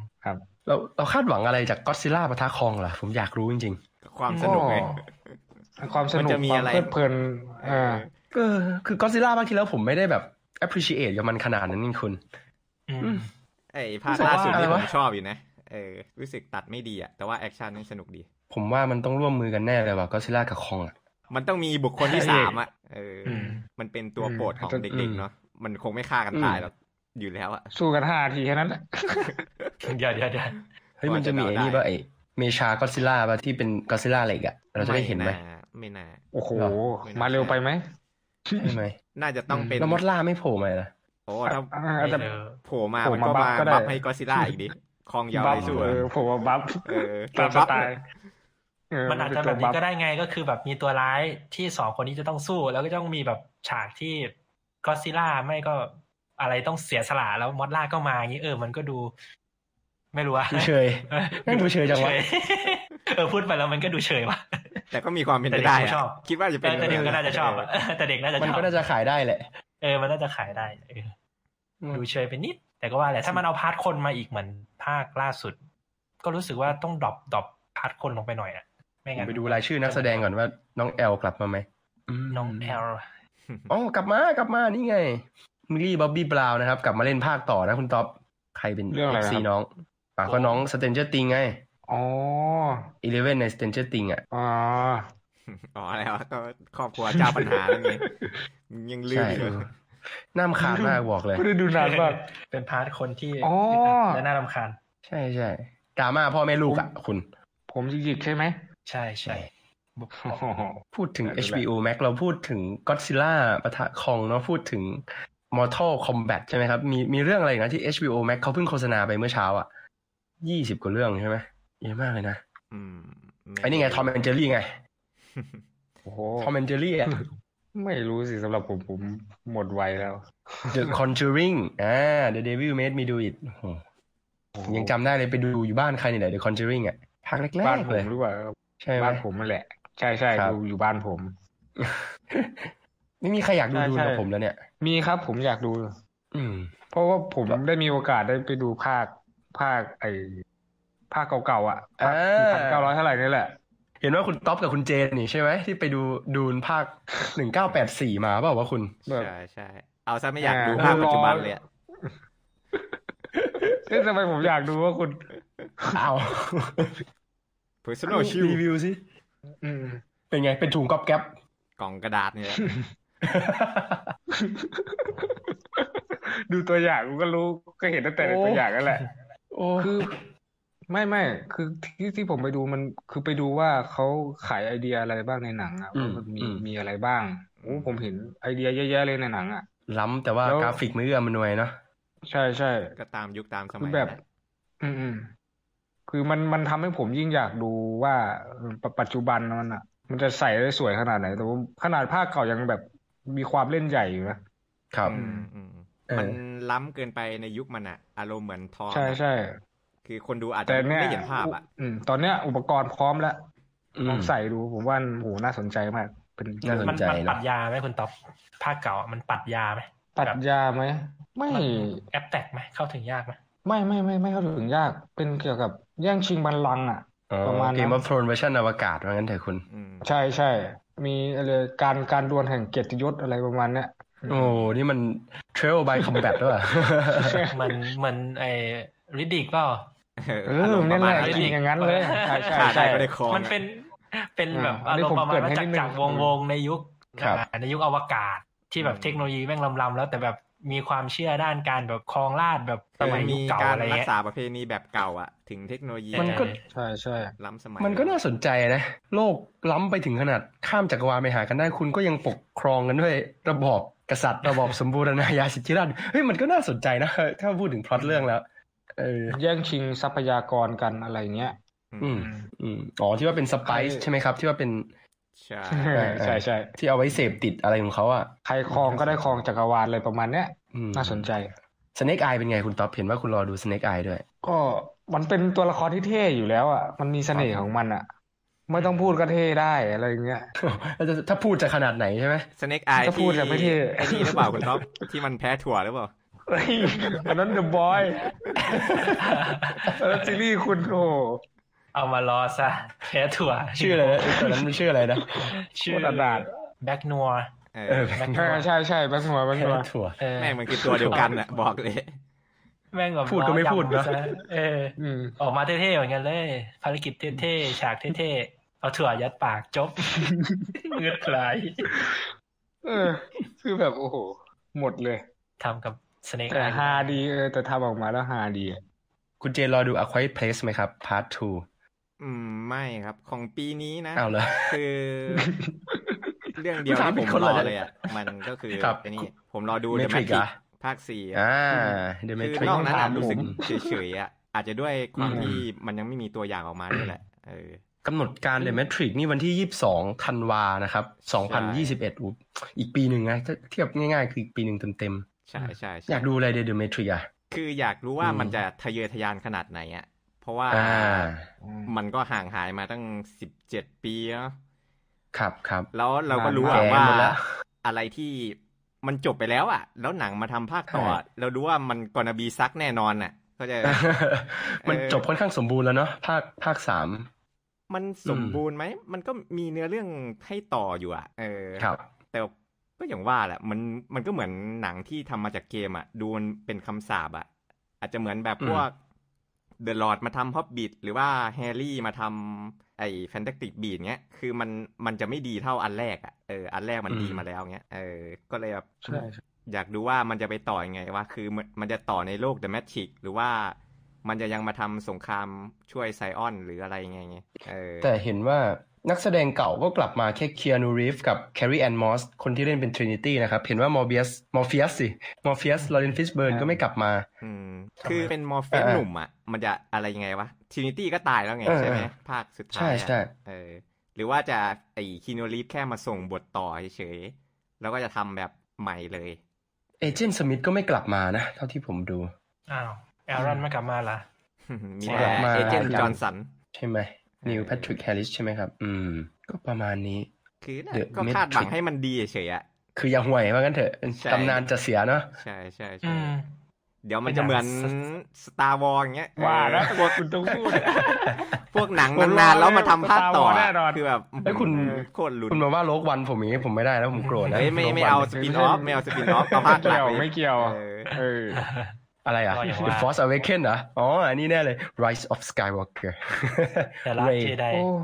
[SPEAKER 1] เราเราคาดหวังอะไรจากก็ d z ซิล่าปะทะคองเหรอผมอยากรู้จริง
[SPEAKER 3] ความสนุกไง
[SPEAKER 4] ความสนุ
[SPEAKER 3] มัน
[SPEAKER 4] ก
[SPEAKER 3] จะมี
[SPEAKER 4] ความ
[SPEAKER 3] อะไร
[SPEAKER 4] เพลิดเพลินเออ
[SPEAKER 1] ๆ ก็คือก็ d z ซิล่าบางทีแล้วผมไม่ได้แบบ appreciate กับมันขนาดนั้นนี่คุณ
[SPEAKER 2] อืม
[SPEAKER 1] อืม
[SPEAKER 3] ไอ้ภาคล่าสุด
[SPEAKER 1] รู้สึ
[SPEAKER 3] ที่
[SPEAKER 1] กว่าอะไร
[SPEAKER 3] ผ
[SPEAKER 1] วะ
[SPEAKER 3] มชอบอยู่นะเออรู้สึกตัดไม่ดีอะแต่ว่าแอคชั่นนี่สนุกดี
[SPEAKER 1] ผมว่ามันต้องร่วมมือกันแน่เลยว่ะก็ d z ซิล่ากับคองอะ
[SPEAKER 3] มันต้องมีบุคคลที่สามอะเอออ
[SPEAKER 2] ม
[SPEAKER 3] มันเป็นตัวโปรดของเด็กๆเนาะมันคงไม่ฆ่ากัน
[SPEAKER 1] อืม
[SPEAKER 3] ตายหรอกอยู่แล้วอะ
[SPEAKER 4] สู้กันห้าทีแค่นั้นแหละ
[SPEAKER 2] เดี๋ยวเดี๋ยวเดี๋ยว
[SPEAKER 1] เฮ้ยมันจะมีไอ้นี่ป่ะไอ้เมชาก็ d z ซิล่าป่ะที่เป็นก็ d z ซิล่าเหล็กอะเราจะได้เห็นไหม
[SPEAKER 3] าไม่น่า
[SPEAKER 4] โอ้โห
[SPEAKER 1] เหรอ
[SPEAKER 3] ไม่น่า
[SPEAKER 4] มาเร็วไปไหม
[SPEAKER 1] ใช่ไหม
[SPEAKER 3] น่าจะต้องเป็น
[SPEAKER 1] แล้วมดล่าไม่โผล่มาเลยนะ
[SPEAKER 3] โอ้ถ้า
[SPEAKER 4] อ่า
[SPEAKER 3] ไม่
[SPEAKER 4] แต่
[SPEAKER 2] เออ
[SPEAKER 3] โผล่มา
[SPEAKER 4] โผล่
[SPEAKER 3] มัน
[SPEAKER 4] มา
[SPEAKER 3] ก็มา
[SPEAKER 4] บัฟก็ได้
[SPEAKER 3] บัฟให้ก็อดซิลล่าอีกดิคองยาว
[SPEAKER 4] บั
[SPEAKER 3] ไป
[SPEAKER 4] ฟ
[SPEAKER 3] สู้
[SPEAKER 4] เอ
[SPEAKER 3] อะ
[SPEAKER 4] อผมว่าบัฟ
[SPEAKER 3] เออ
[SPEAKER 4] ตามสไตล์เ
[SPEAKER 2] มันอาจจะแบบนี้ก็ได้ไงก็คือแบบมีตัวร้ายที่สองคนนี้จะต้องสู้ แล้วก็ต้องมีแบบฉากที่ก็อดซิลล่าไม่ก็อะไรต้องเสียสละแล้วมอดล่าก็มาอย่างนี้เออ มันก็ดู ไม่รู้ว่า
[SPEAKER 1] ดูเฉย แม่งดูเชยจังวะ
[SPEAKER 2] เออพูดไปแล้วมันก็ดูเฉยว่ะ
[SPEAKER 3] แต่ก็มีความเป็นไป
[SPEAKER 2] แต่
[SPEAKER 3] ได้
[SPEAKER 2] เด็ก
[SPEAKER 3] อะ
[SPEAKER 2] ชอบ
[SPEAKER 3] คิดว่าจะเป็น
[SPEAKER 2] เออแต่เด็กก็น่าจะชอบอะแต่เด็กน่าจะชอบ
[SPEAKER 1] มันก็น่าจะขายได้แหละ
[SPEAKER 2] เออ มันน่าจะขายได้เอออ
[SPEAKER 1] ม
[SPEAKER 2] ดูเชยไปนิด แต่ก็ว่าแหละ ถ้ามันเอาพาร์ทคนมาอีกเหมือนภาคล่าสุด ก็รู้สึกว่าต้องดรอปดรอปพาร์ทคนลงไปหน่อยอะไม่
[SPEAKER 1] ผม
[SPEAKER 2] งั้น
[SPEAKER 1] ไปดูรายชื่อนักแสดงก่อนว่าน้องแอลกลับมาไหม
[SPEAKER 2] น้องแอล
[SPEAKER 1] อ๋อกลับมากลับมานี่ไงมิลลี่บ๊อบบี้บราวน์นะครับ กลับมาเล่นภาคต่อนะคุณท็อปใครเป็น
[SPEAKER 4] เรื่องอะไรครับ
[SPEAKER 1] ซีน้องอ่ะก็น้องสเตนเจอร์ติงไง
[SPEAKER 4] อ๋อ
[SPEAKER 1] อีเลเวนในสเตนเจอร์ติงอ่ะ
[SPEAKER 4] อ๋อ
[SPEAKER 3] อ๋ออะไรวะก็ครอบครัวเจ้าปัญหานั่นไงมึงยังลืม
[SPEAKER 1] ใช่
[SPEAKER 3] อยู่เลย
[SPEAKER 1] น้ำขาดมากบอกเลย
[SPEAKER 4] ไม่ได้ดูนานมาก
[SPEAKER 2] เป็นพาร์ทคนที่
[SPEAKER 4] อ๋อ
[SPEAKER 2] และน่ารำคาญ
[SPEAKER 1] ใช่ใช่ดราม่าพ่อแม่ลูกอ่ะคุณ
[SPEAKER 4] ผมหยิกๆใช่ไหม
[SPEAKER 2] ใช่ใช่
[SPEAKER 4] โอ้โห
[SPEAKER 1] พูดถึง
[SPEAKER 4] อ่ะดูแล
[SPEAKER 1] HBO Max เราพูดถึง Godzilla ปะทะคองเนาะพูดถึง Mortal Kombat ใช่ไหมครับ มีมีเรื่องอะไรอีกนะที่ HBO Max เขาเพิ่งโฆษณาไปเมื่อเช้าอ่ะยี่สิบกว่าเรื่องใช่ไหมเยอะมากเลยนะ
[SPEAKER 3] อืมม่
[SPEAKER 1] ไอ้นี่ไง Tom and Jerry ไง
[SPEAKER 4] โอ้โห
[SPEAKER 1] Tom and Jerry อะ
[SPEAKER 4] ไม่รู้สิสำหรับผมผมหมดวัยแล้ว
[SPEAKER 1] The Conjuring อ่า The Devil Made Me Do It โอ้โหผมยังจำได้เลยไปดูอยู่บ้านใครนี่แหละ The Conjuring อ่ะภาคแร
[SPEAKER 4] บ้าน
[SPEAKER 1] ก
[SPEAKER 4] ผ
[SPEAKER 1] ๆเล
[SPEAKER 4] ม
[SPEAKER 1] ย
[SPEAKER 4] หรือเปล่า
[SPEAKER 1] ใช่ไหม
[SPEAKER 4] บ้านผมนั่นแหละ ใช่ใช่
[SPEAKER 1] ครับ
[SPEAKER 4] ดูอยู่บ้านผม
[SPEAKER 1] ไม่มีใครอยากดู
[SPEAKER 4] ใช่
[SPEAKER 1] ดู
[SPEAKER 4] ใช่
[SPEAKER 1] กับผมแล้วเนี่ย
[SPEAKER 4] มีครับผมอยากดู
[SPEAKER 1] อืม
[SPEAKER 4] เพราะว่าผมได้มีโอกาสได้ไปดูภาคภาคไอภาคเก่าๆอ่ะภาค
[SPEAKER 1] อ่
[SPEAKER 4] สี่พันา เก้าร้อยเท่าไหร่นี่แหละ
[SPEAKER 1] เห็นว่าคุณท็อปกับคุณเจนนี่ใช่ไหมที่ไปดูดูนภาคหนึ่งเก้าแปดสี่มาเปล่าว่าคุณ
[SPEAKER 4] แบบ
[SPEAKER 3] ใช่ใช่เอาซะไม่อยาก
[SPEAKER 4] อ่า
[SPEAKER 3] ดูภาพปัจจุบันเลยอะ
[SPEAKER 4] เอ๊ะทำไมผมอยากดูว่าคุณ
[SPEAKER 1] เอา
[SPEAKER 3] เพอร์ซั นอลชิล
[SPEAKER 1] รีวิวสิ
[SPEAKER 4] อืม
[SPEAKER 1] เป็นไง เป็นถุงก๊อบแก๊บ
[SPEAKER 3] กล่องกระดาษเนี่ย
[SPEAKER 4] ดูตัวอย่างกูก็รู้ก็เห็นตั้งแต่ใน
[SPEAKER 1] โอ้
[SPEAKER 4] ตัวอย่างนั่นแหละ
[SPEAKER 1] โอ้
[SPEAKER 4] คือ ไม่ไม่คือที่ที่ผมไปดูมันคือไปดูว่าเขาขายไอเดียอะไรบ้างในหนังอ่ะว่ามันมีมีอะไรบ้างโอ้ผมเห็นไอเดียเยอะแยะเลยในหนังอ่ะ
[SPEAKER 1] ล้ำแต่ว่า
[SPEAKER 4] แล้ว
[SPEAKER 1] กราฟิกมืออำนวยเนาะ
[SPEAKER 4] ใช่ใช่
[SPEAKER 3] ก็ตามยุคตามส
[SPEAKER 4] คื
[SPEAKER 3] มั
[SPEAKER 4] อย แบบ
[SPEAKER 3] นะ
[SPEAKER 4] อืมอืมคือมันมันทำให้ผมยิ่งอยากดูว่าปปัจจุบันมันอ่ะ มันจะใส่ได้สวยขนาดไหนแต่ว่าขนาดภาคเก่ายังแบบมีความเล่นใหญ่อยู่นะ
[SPEAKER 1] ครับ
[SPEAKER 3] อืมอืม
[SPEAKER 1] เออ
[SPEAKER 3] มันล้ำเกินไปในยุคมันอะอารมณ์เหมือนทองอะ
[SPEAKER 4] ใช่ใช่
[SPEAKER 3] คือคนดูอาจจะ
[SPEAKER 4] แต่เนี่ย
[SPEAKER 3] ไม่เห็นภาพอะ
[SPEAKER 4] อืมตอนเนี้ยอุปกรณ์พร้อมแล้ว
[SPEAKER 1] อืม
[SPEAKER 4] ลองใส่ดูผมว่าโหน่าสนใจมาก เป็น
[SPEAKER 1] น่าส
[SPEAKER 2] มัน
[SPEAKER 1] ใจ
[SPEAKER 2] มัน
[SPEAKER 1] เนอะ
[SPEAKER 2] ปัดยาไหมคุณต๊อปภาคเก่าอะมันปัดยาไหม
[SPEAKER 4] ปรัดยาไหมไม่
[SPEAKER 2] มันแอปแตกไหมเข้าถึงยากไหม
[SPEAKER 4] ไม่ไม่ไม่ไม่เข้าถึงยาก เป็นเกี่ยวกับแย่งชิงบัลลังก์อ่ะ ประมาณนั้น
[SPEAKER 1] เกมออฟทรอนเวอร์ชันอวกาศว่างั้นเถอะคุณ
[SPEAKER 3] อืม
[SPEAKER 4] ใช่ใช่มีอะไรการการดวลแห่งเกียรติยศอะไรประมาณเนี้ย
[SPEAKER 1] โอ้นี่มันเทรลบายคอมแบท ด้วย
[SPEAKER 2] มันเหมือนไอ้ริดดิกเปล่า
[SPEAKER 4] เอ
[SPEAKER 3] าร
[SPEAKER 4] อ
[SPEAKER 3] มณ์ป
[SPEAKER 4] นั่
[SPEAKER 3] ระ
[SPEAKER 4] น
[SPEAKER 3] มา
[SPEAKER 4] แห
[SPEAKER 3] ณ
[SPEAKER 4] ละ
[SPEAKER 3] นั้น
[SPEAKER 4] กิน
[SPEAKER 3] อีก
[SPEAKER 4] อย่างนั้นเลยใช่ใช่
[SPEAKER 3] ขาดได้
[SPEAKER 4] ใช่
[SPEAKER 3] ก็ได้คอ
[SPEAKER 2] มันเป็นเป็น
[SPEAKER 4] อ่า
[SPEAKER 2] แบบ
[SPEAKER 4] อัน
[SPEAKER 2] อาร
[SPEAKER 4] นี้
[SPEAKER 2] มณ์ประมาณ
[SPEAKER 4] ผมเกริ่นให้
[SPEAKER 2] ว่า
[SPEAKER 4] นิ
[SPEAKER 2] จาก
[SPEAKER 4] ดนึง
[SPEAKER 2] จากวงวงในยุค
[SPEAKER 1] ครับ
[SPEAKER 2] อ่าในยุคอวกาศที่แบบเทคโนโลยีแม่งล้ำๆแล้วแต่แบบมีความเชื่อด้านการแบบคลองลาดแบบสมัยยุ
[SPEAKER 3] มี
[SPEAKER 2] คเก่า
[SPEAKER 3] การ
[SPEAKER 2] อะไร
[SPEAKER 3] รัก
[SPEAKER 2] เงี้ย
[SPEAKER 3] ษาประเพณีแบบเก่าอะถึงเทคโนโลยี
[SPEAKER 1] มันก็
[SPEAKER 4] ใช่ใช่
[SPEAKER 3] ล้ำสมัย
[SPEAKER 1] มันก็น่าสนใจนะ โลกล้ำไปถึงขนาดข้ามจักรวาลไปหากันได้ คุณก็ยังปกครองกันด้วย ระบอบกษัตริย์ ระบอบสมบูรณาญาสิทธิราชย์เฮ้ยมันก็น่าสนใจนะ ถ้าพูดถึงพล็อตเรื่องแล้ว เออ
[SPEAKER 4] แย่งชิงทรัพยากรกันอะไรเงี้ย
[SPEAKER 1] อื
[SPEAKER 3] อื
[SPEAKER 1] ม
[SPEAKER 3] ม
[SPEAKER 1] อืมอ๋อที่ว่าเป็นสไปซ์ใช่ไหมครับ ที่ว่าเป็น
[SPEAKER 3] ใช่
[SPEAKER 4] ใช่ใช่
[SPEAKER 1] ที่เอาไว้เสพติดอะไรของเขาอ่ะ
[SPEAKER 4] ใครครองก็ได้ครองจักรวาลอะไรประมาณเนี้ย
[SPEAKER 1] อืม
[SPEAKER 4] น่าสนใจ
[SPEAKER 1] สเนกไอเป็นไงคุณต๊อบเห็นว่าคุณรอดูสเนกไอด้วย
[SPEAKER 4] ก็มันเป็นตัวละครที่เท่อยู่แล้วอ่ะมันมีเสน่ห์ของมันอ่ะ ไม่ต้องพูดก็เท่ได้อะไรอย่างเงี้ย
[SPEAKER 1] แล้วจะถ้าพูดจะขนาดไหนใช่ไหม
[SPEAKER 3] สเน็กอาย
[SPEAKER 4] ถ้าพู
[SPEAKER 3] ที่
[SPEAKER 4] ดแบบไม่เท่
[SPEAKER 3] ไอ้นี่หรือเปล่าคุณท็อปที่มันแพ้ถั่วหรือเปล่า
[SPEAKER 4] เฮ้ยอันนั้นเดอะบอยแล้วซีรีส์คุณโอ้โห
[SPEAKER 2] เอามารอซะ แพ้ถั่ว
[SPEAKER 1] ชื่ออะไรนะตอนนั้นมันชื่ออะไรนะ
[SPEAKER 2] ชื่
[SPEAKER 4] โค
[SPEAKER 2] อ
[SPEAKER 4] ตรอนาถ
[SPEAKER 2] แบ็กนัว
[SPEAKER 3] เอ
[SPEAKER 1] เอ
[SPEAKER 3] อ
[SPEAKER 1] อ
[SPEAKER 4] ใช่ใช่ใช่แบงค์หัวแบงค์
[SPEAKER 1] แค่
[SPEAKER 4] หัว
[SPEAKER 1] ถั่ว
[SPEAKER 2] เออ
[SPEAKER 3] แม่งมันคือตัวเดียวกันอ่ะ บอกเลย
[SPEAKER 2] แม่งแบบ
[SPEAKER 1] พูดก็ไม่
[SPEAKER 2] ล้อยำ
[SPEAKER 1] พูดนะ
[SPEAKER 2] ซเออ
[SPEAKER 4] อืม
[SPEAKER 2] ออกมาเท่ๆเหมือนกันเลย ภารกิจเท่ๆฉากเท่ๆเอาถั่วยัดปากจบ เงือดไหล
[SPEAKER 4] เออ คือแบบโอ้โห หมดเลย
[SPEAKER 2] ทำกับสเนก
[SPEAKER 4] แต่ฮาดีเออแต่ทำออกมาแล้วฮาดีอะ
[SPEAKER 1] คุณเจนรอดู A Quiet Place ไหมครับ Part 2
[SPEAKER 3] อืมไม่ครับ ของปีนี้นะ
[SPEAKER 1] เอาเลย
[SPEAKER 3] คือ เรื่องเดียว
[SPEAKER 1] ถาม
[SPEAKER 3] ที่
[SPEAKER 1] ผิด
[SPEAKER 3] ผม
[SPEAKER 1] คน
[SPEAKER 3] ร
[SPEAKER 1] เหร
[SPEAKER 3] อ
[SPEAKER 1] อ
[SPEAKER 3] เลยอ่ะ มันก็คือ
[SPEAKER 1] ครับ
[SPEAKER 3] ไอ้นี่ผมรอดู The
[SPEAKER 1] Matrix
[SPEAKER 3] Matrix
[SPEAKER 1] อ่ะ
[SPEAKER 3] ภาคสี่
[SPEAKER 1] อ่า The
[SPEAKER 3] คือ
[SPEAKER 1] Matrix
[SPEAKER 3] นอกนั้น
[SPEAKER 1] ถา
[SPEAKER 3] อ่ะ
[SPEAKER 1] ม
[SPEAKER 3] รู้
[SPEAKER 1] ผ
[SPEAKER 3] สึก
[SPEAKER 1] ม
[SPEAKER 3] เฉยๆอ่ะ อาจจะด้วยความ
[SPEAKER 1] อืม
[SPEAKER 3] ที่มันยังไม่มีตัวอย่างออกมาด้วยแหละ เออ
[SPEAKER 1] กำหนดการ The Matrix นี่วันที่ 22ธันวานะครับ 2021อุ๊ยอีกปีหนึ่งนะถ้าเทียบง่ายๆ คืออีกปีหนึ่งเต็ม
[SPEAKER 3] ใช่ใช่
[SPEAKER 1] ๆ อ
[SPEAKER 3] ใช่
[SPEAKER 1] ยากดูอะไรเด The Matrix อ่ะ
[SPEAKER 3] คืออยากรู้ว่า
[SPEAKER 1] อืม
[SPEAKER 3] มันจะทะเยอทะยานขนาดไหนอ่ะ เพราะว่า
[SPEAKER 1] อ่า
[SPEAKER 3] มันก็ห่างหายมาตั้งสิบเจ็ดปีแล้ว
[SPEAKER 1] ครับครับ
[SPEAKER 3] แล้วเราก็รู้
[SPEAKER 1] แก่
[SPEAKER 3] อะว่า
[SPEAKER 1] หมดละ
[SPEAKER 3] อะไรที่มันจบไปแล้วอ่ะ แล้วหนังมาทำภาคต่ออะเรารู้ว่ามันกอนาบีซักแน่นอนอ่ะ ก็จะ
[SPEAKER 1] มันจบค่อนข้างสมบูรณ์แล้วเนาะภาคภาคสาม
[SPEAKER 3] มันสมบูรณ์ไหม มันก็มีเนื้อเรื่องให้ต่ออยู่อ่ะ เออ
[SPEAKER 1] ครับ
[SPEAKER 3] แต่ก็อย่างว่าแหละ มัน มันก็เหมือนหนังที่ทำมาจากเกมอ่ะ ดูมันเป็นคำสาบอ่ะ อาจจะเหมือนแบบ
[SPEAKER 1] อืม
[SPEAKER 3] พวกเดอะลอดมาทำฮอบบิ t หรือว่าแฮร์รี่มาทำไอ้แฟนตาติกบีดเงี้ย คือมัน มันจะไม่ดีเท่าอันแรกอ่ะ เออ อันแรกมันดีมาแล้วเงี้ย เออ ก็เลยแบบ
[SPEAKER 4] ใช่
[SPEAKER 3] อยากดูว่ามันจะไปต่อยังไงว่าคือมันมันจะต่อในโลก The Matrix หรือว่ามันจะยังมาทำสงครามช่วยไซออนหรืออะไรยังไงไงเออ
[SPEAKER 1] แต่เห็นว่านักแสดงเก่าก็กลับมาแค่เคียนูรีฟกับแคร์รีแอนมอสคนที่เล่นเป็นทรินิตี้นะครับ เห็นว่ามอร์เบียสมอร์เฟียสสิมอร์เฟียสลอเรนฟิชเบิร์นก็ไม่กลับมา
[SPEAKER 3] อืม
[SPEAKER 2] ทำไม
[SPEAKER 3] คือเป็นมอร์เฟส
[SPEAKER 1] เออ
[SPEAKER 3] หนุ่มอ่ะ มันจะอะไรยังไงวะท r ินิตี้ก็ตายแล้วไง
[SPEAKER 1] เออ
[SPEAKER 3] ใช่ไหม
[SPEAKER 1] เออ
[SPEAKER 3] ภาคสุดท้าย
[SPEAKER 1] ใช่
[SPEAKER 3] อะ
[SPEAKER 1] ใช่
[SPEAKER 3] เออ หรือว่าจะไอคีโนรีฟแค่มาส่งบทต่อเฉยๆ แล้วก็จะทำแบบใหม่เลย
[SPEAKER 1] เอเจนต์สมิธก็ไม่กลับมานะ เท่าที่ผมดู
[SPEAKER 2] อ้าวแอรอนไม่กลับมาละ
[SPEAKER 3] มี
[SPEAKER 1] กลั
[SPEAKER 3] แต่
[SPEAKER 1] บมา
[SPEAKER 3] เอเจนต์จอห์นสัน
[SPEAKER 1] ใช่ไหมนิว
[SPEAKER 3] เออ
[SPEAKER 1] แพทริกแฮริสใช่ไหมครับ อืม ก็ประมาณนี้
[SPEAKER 3] คือน่ะ
[SPEAKER 1] The
[SPEAKER 3] ก็คาดหวัง
[SPEAKER 1] Matrix
[SPEAKER 3] ให้มันดีเฉยๆอ่ะ
[SPEAKER 1] คือ อย่าห่วยว่างั้นเถอะ
[SPEAKER 3] ใช่
[SPEAKER 1] ตำนานจะเสียเนาะ
[SPEAKER 3] ใช่ใช่
[SPEAKER 2] อื
[SPEAKER 3] ใช่
[SPEAKER 2] ม
[SPEAKER 3] เดี๋ยวมันจะเหมือนสตาร์วอลอย่างเงี้ย
[SPEAKER 4] ว่านะ
[SPEAKER 3] เออ
[SPEAKER 4] พวกคุณต้องพูด
[SPEAKER 3] พวกหนัง
[SPEAKER 4] ผมรอน
[SPEAKER 3] านๆแล้วมาทำภาคต่อ
[SPEAKER 4] Star Wars แน่นอน
[SPEAKER 3] คือแบบ
[SPEAKER 1] เอ้ยคุณ
[SPEAKER 3] โคตรลุ้น
[SPEAKER 1] คุณมาว่าโลกวันผมอย่างนี้ผมไม่ได้แล้วผมโกรธนะ
[SPEAKER 3] เฮ้ยไม่ไม่
[SPEAKER 1] โลกวัน
[SPEAKER 3] เอาสปินออฟไม่เอาสปินออฟเอาภาคหลั
[SPEAKER 4] เกี่
[SPEAKER 3] ก
[SPEAKER 4] ยว
[SPEAKER 3] ล
[SPEAKER 4] ไม่เกี่ยว
[SPEAKER 3] เออ
[SPEAKER 4] เออ
[SPEAKER 1] อะไรอ่ะ
[SPEAKER 2] ก็อย่างว่า
[SPEAKER 1] The Force Awakens เหรออ๋ออันนี้แน่เลย Rise of Skywalker
[SPEAKER 2] แต่ละ
[SPEAKER 1] Ray
[SPEAKER 2] เจได
[SPEAKER 4] โอ้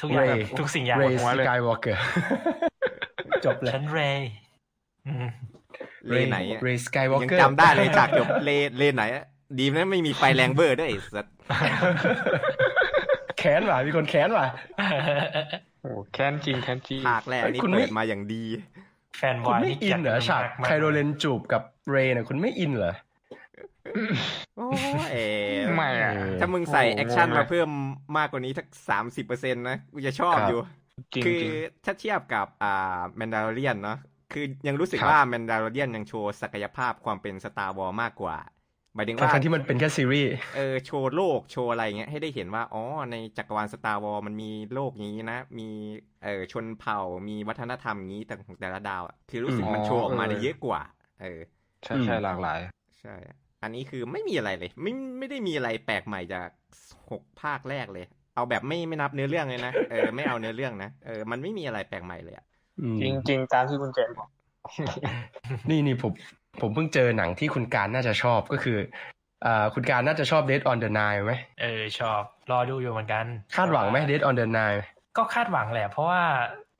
[SPEAKER 2] ทุกอย่าง
[SPEAKER 1] เรย์
[SPEAKER 2] ทุกสิ่งอย่าง
[SPEAKER 1] Ray
[SPEAKER 4] หัวเลย
[SPEAKER 1] Skywalker จบเลย
[SPEAKER 2] ฉันเรย์อืม
[SPEAKER 3] เลไหนอะ
[SPEAKER 1] เรย์สกายวอล์ก
[SPEAKER 3] ยัง
[SPEAKER 1] เกอร์
[SPEAKER 3] จำได้เลยจากจบเลเลไหนอะดีนะไม่มีไฟแรงเบอร์ด้วยไอ้สัส
[SPEAKER 1] แค้นว่ะมีคนแค้นว่ะ
[SPEAKER 4] โหแค้นจริงแค้นจริง
[SPEAKER 3] ภาคแรกนี่
[SPEAKER 1] คุณไม่
[SPEAKER 3] เปิดมาอย่างดี
[SPEAKER 2] แฟนบ
[SPEAKER 1] คุ
[SPEAKER 2] อ
[SPEAKER 1] ณ
[SPEAKER 2] ย
[SPEAKER 1] ไม่อินเหรอฉาก
[SPEAKER 2] ม
[SPEAKER 1] ไคโรเลนจูบกับเรย์เนี่ยคุณไม่อินเหรอ
[SPEAKER 3] โอ้เอ
[SPEAKER 4] ไม่อะ
[SPEAKER 1] เออ
[SPEAKER 3] ถ้ามึงใส่
[SPEAKER 4] โโห
[SPEAKER 3] แอคชั่น
[SPEAKER 4] งง
[SPEAKER 3] มา
[SPEAKER 4] เลย
[SPEAKER 3] เพิ่มมากกว่านี้ทักสามสิบเปอร์เซ็นต์นะกูจะชอบอยู่
[SPEAKER 4] จริง
[SPEAKER 3] คือ
[SPEAKER 4] จริง
[SPEAKER 3] ถ้าเทียบกับอ่าแมนดาร์เรียนเนาะคือยังรู้สึก
[SPEAKER 1] ครับ
[SPEAKER 3] ว่าแมนดาร์เรียนยังโชว์ศักยภาพความเป็นสตาร์วอลมากกว่าหมายถึงว่า
[SPEAKER 1] ทั้งๆที่มันเป็นแค่ซีรีส์
[SPEAKER 3] เออโชว์โลกโชว์อะไรเงี้ยให้ได้เห็นว่า อ๋อ ในจักรวาลสตาร์วอลมันมีโลกอย่างนี้นะ มีเออชนเผ่ามีวัฒนธรรมอย่างนี้ต่างของแต่ละดาวอะคือรู้สึก
[SPEAKER 1] อืม
[SPEAKER 3] มันโชว์ออกมาได้
[SPEAKER 4] เออ
[SPEAKER 3] เยอะกว่า เออ
[SPEAKER 4] ใช่ใช่หลากหลาย
[SPEAKER 3] ใช่ อันนี้คือไม่มีอะไรเลย ไม่ไม่ได้มีอะไรแปลกใหม่จากหกภาคแรกเลย เอาแบบไม่ไม่นับเนื้อเรื่องเลยนะเออไม่เอาเนื้อเรื่องนะเออมันไม่มีอะไรแปลกใหม่เลยอะ
[SPEAKER 1] อืม
[SPEAKER 4] จริงจริงตามที่คุณแจนบอก
[SPEAKER 1] นี่นี่ผมผมเพิ่งเจอหนังที่คุณการน่าจะชอบก็คืออ่าคุณการน่าจะชอบ Dead on the Nile ไหม
[SPEAKER 2] เออชอบ รอดูอยู่เหมือนกัน
[SPEAKER 1] คาดหวังไหม Dead on the Nile
[SPEAKER 2] ก็คาดหวังแหละ เพราะว่า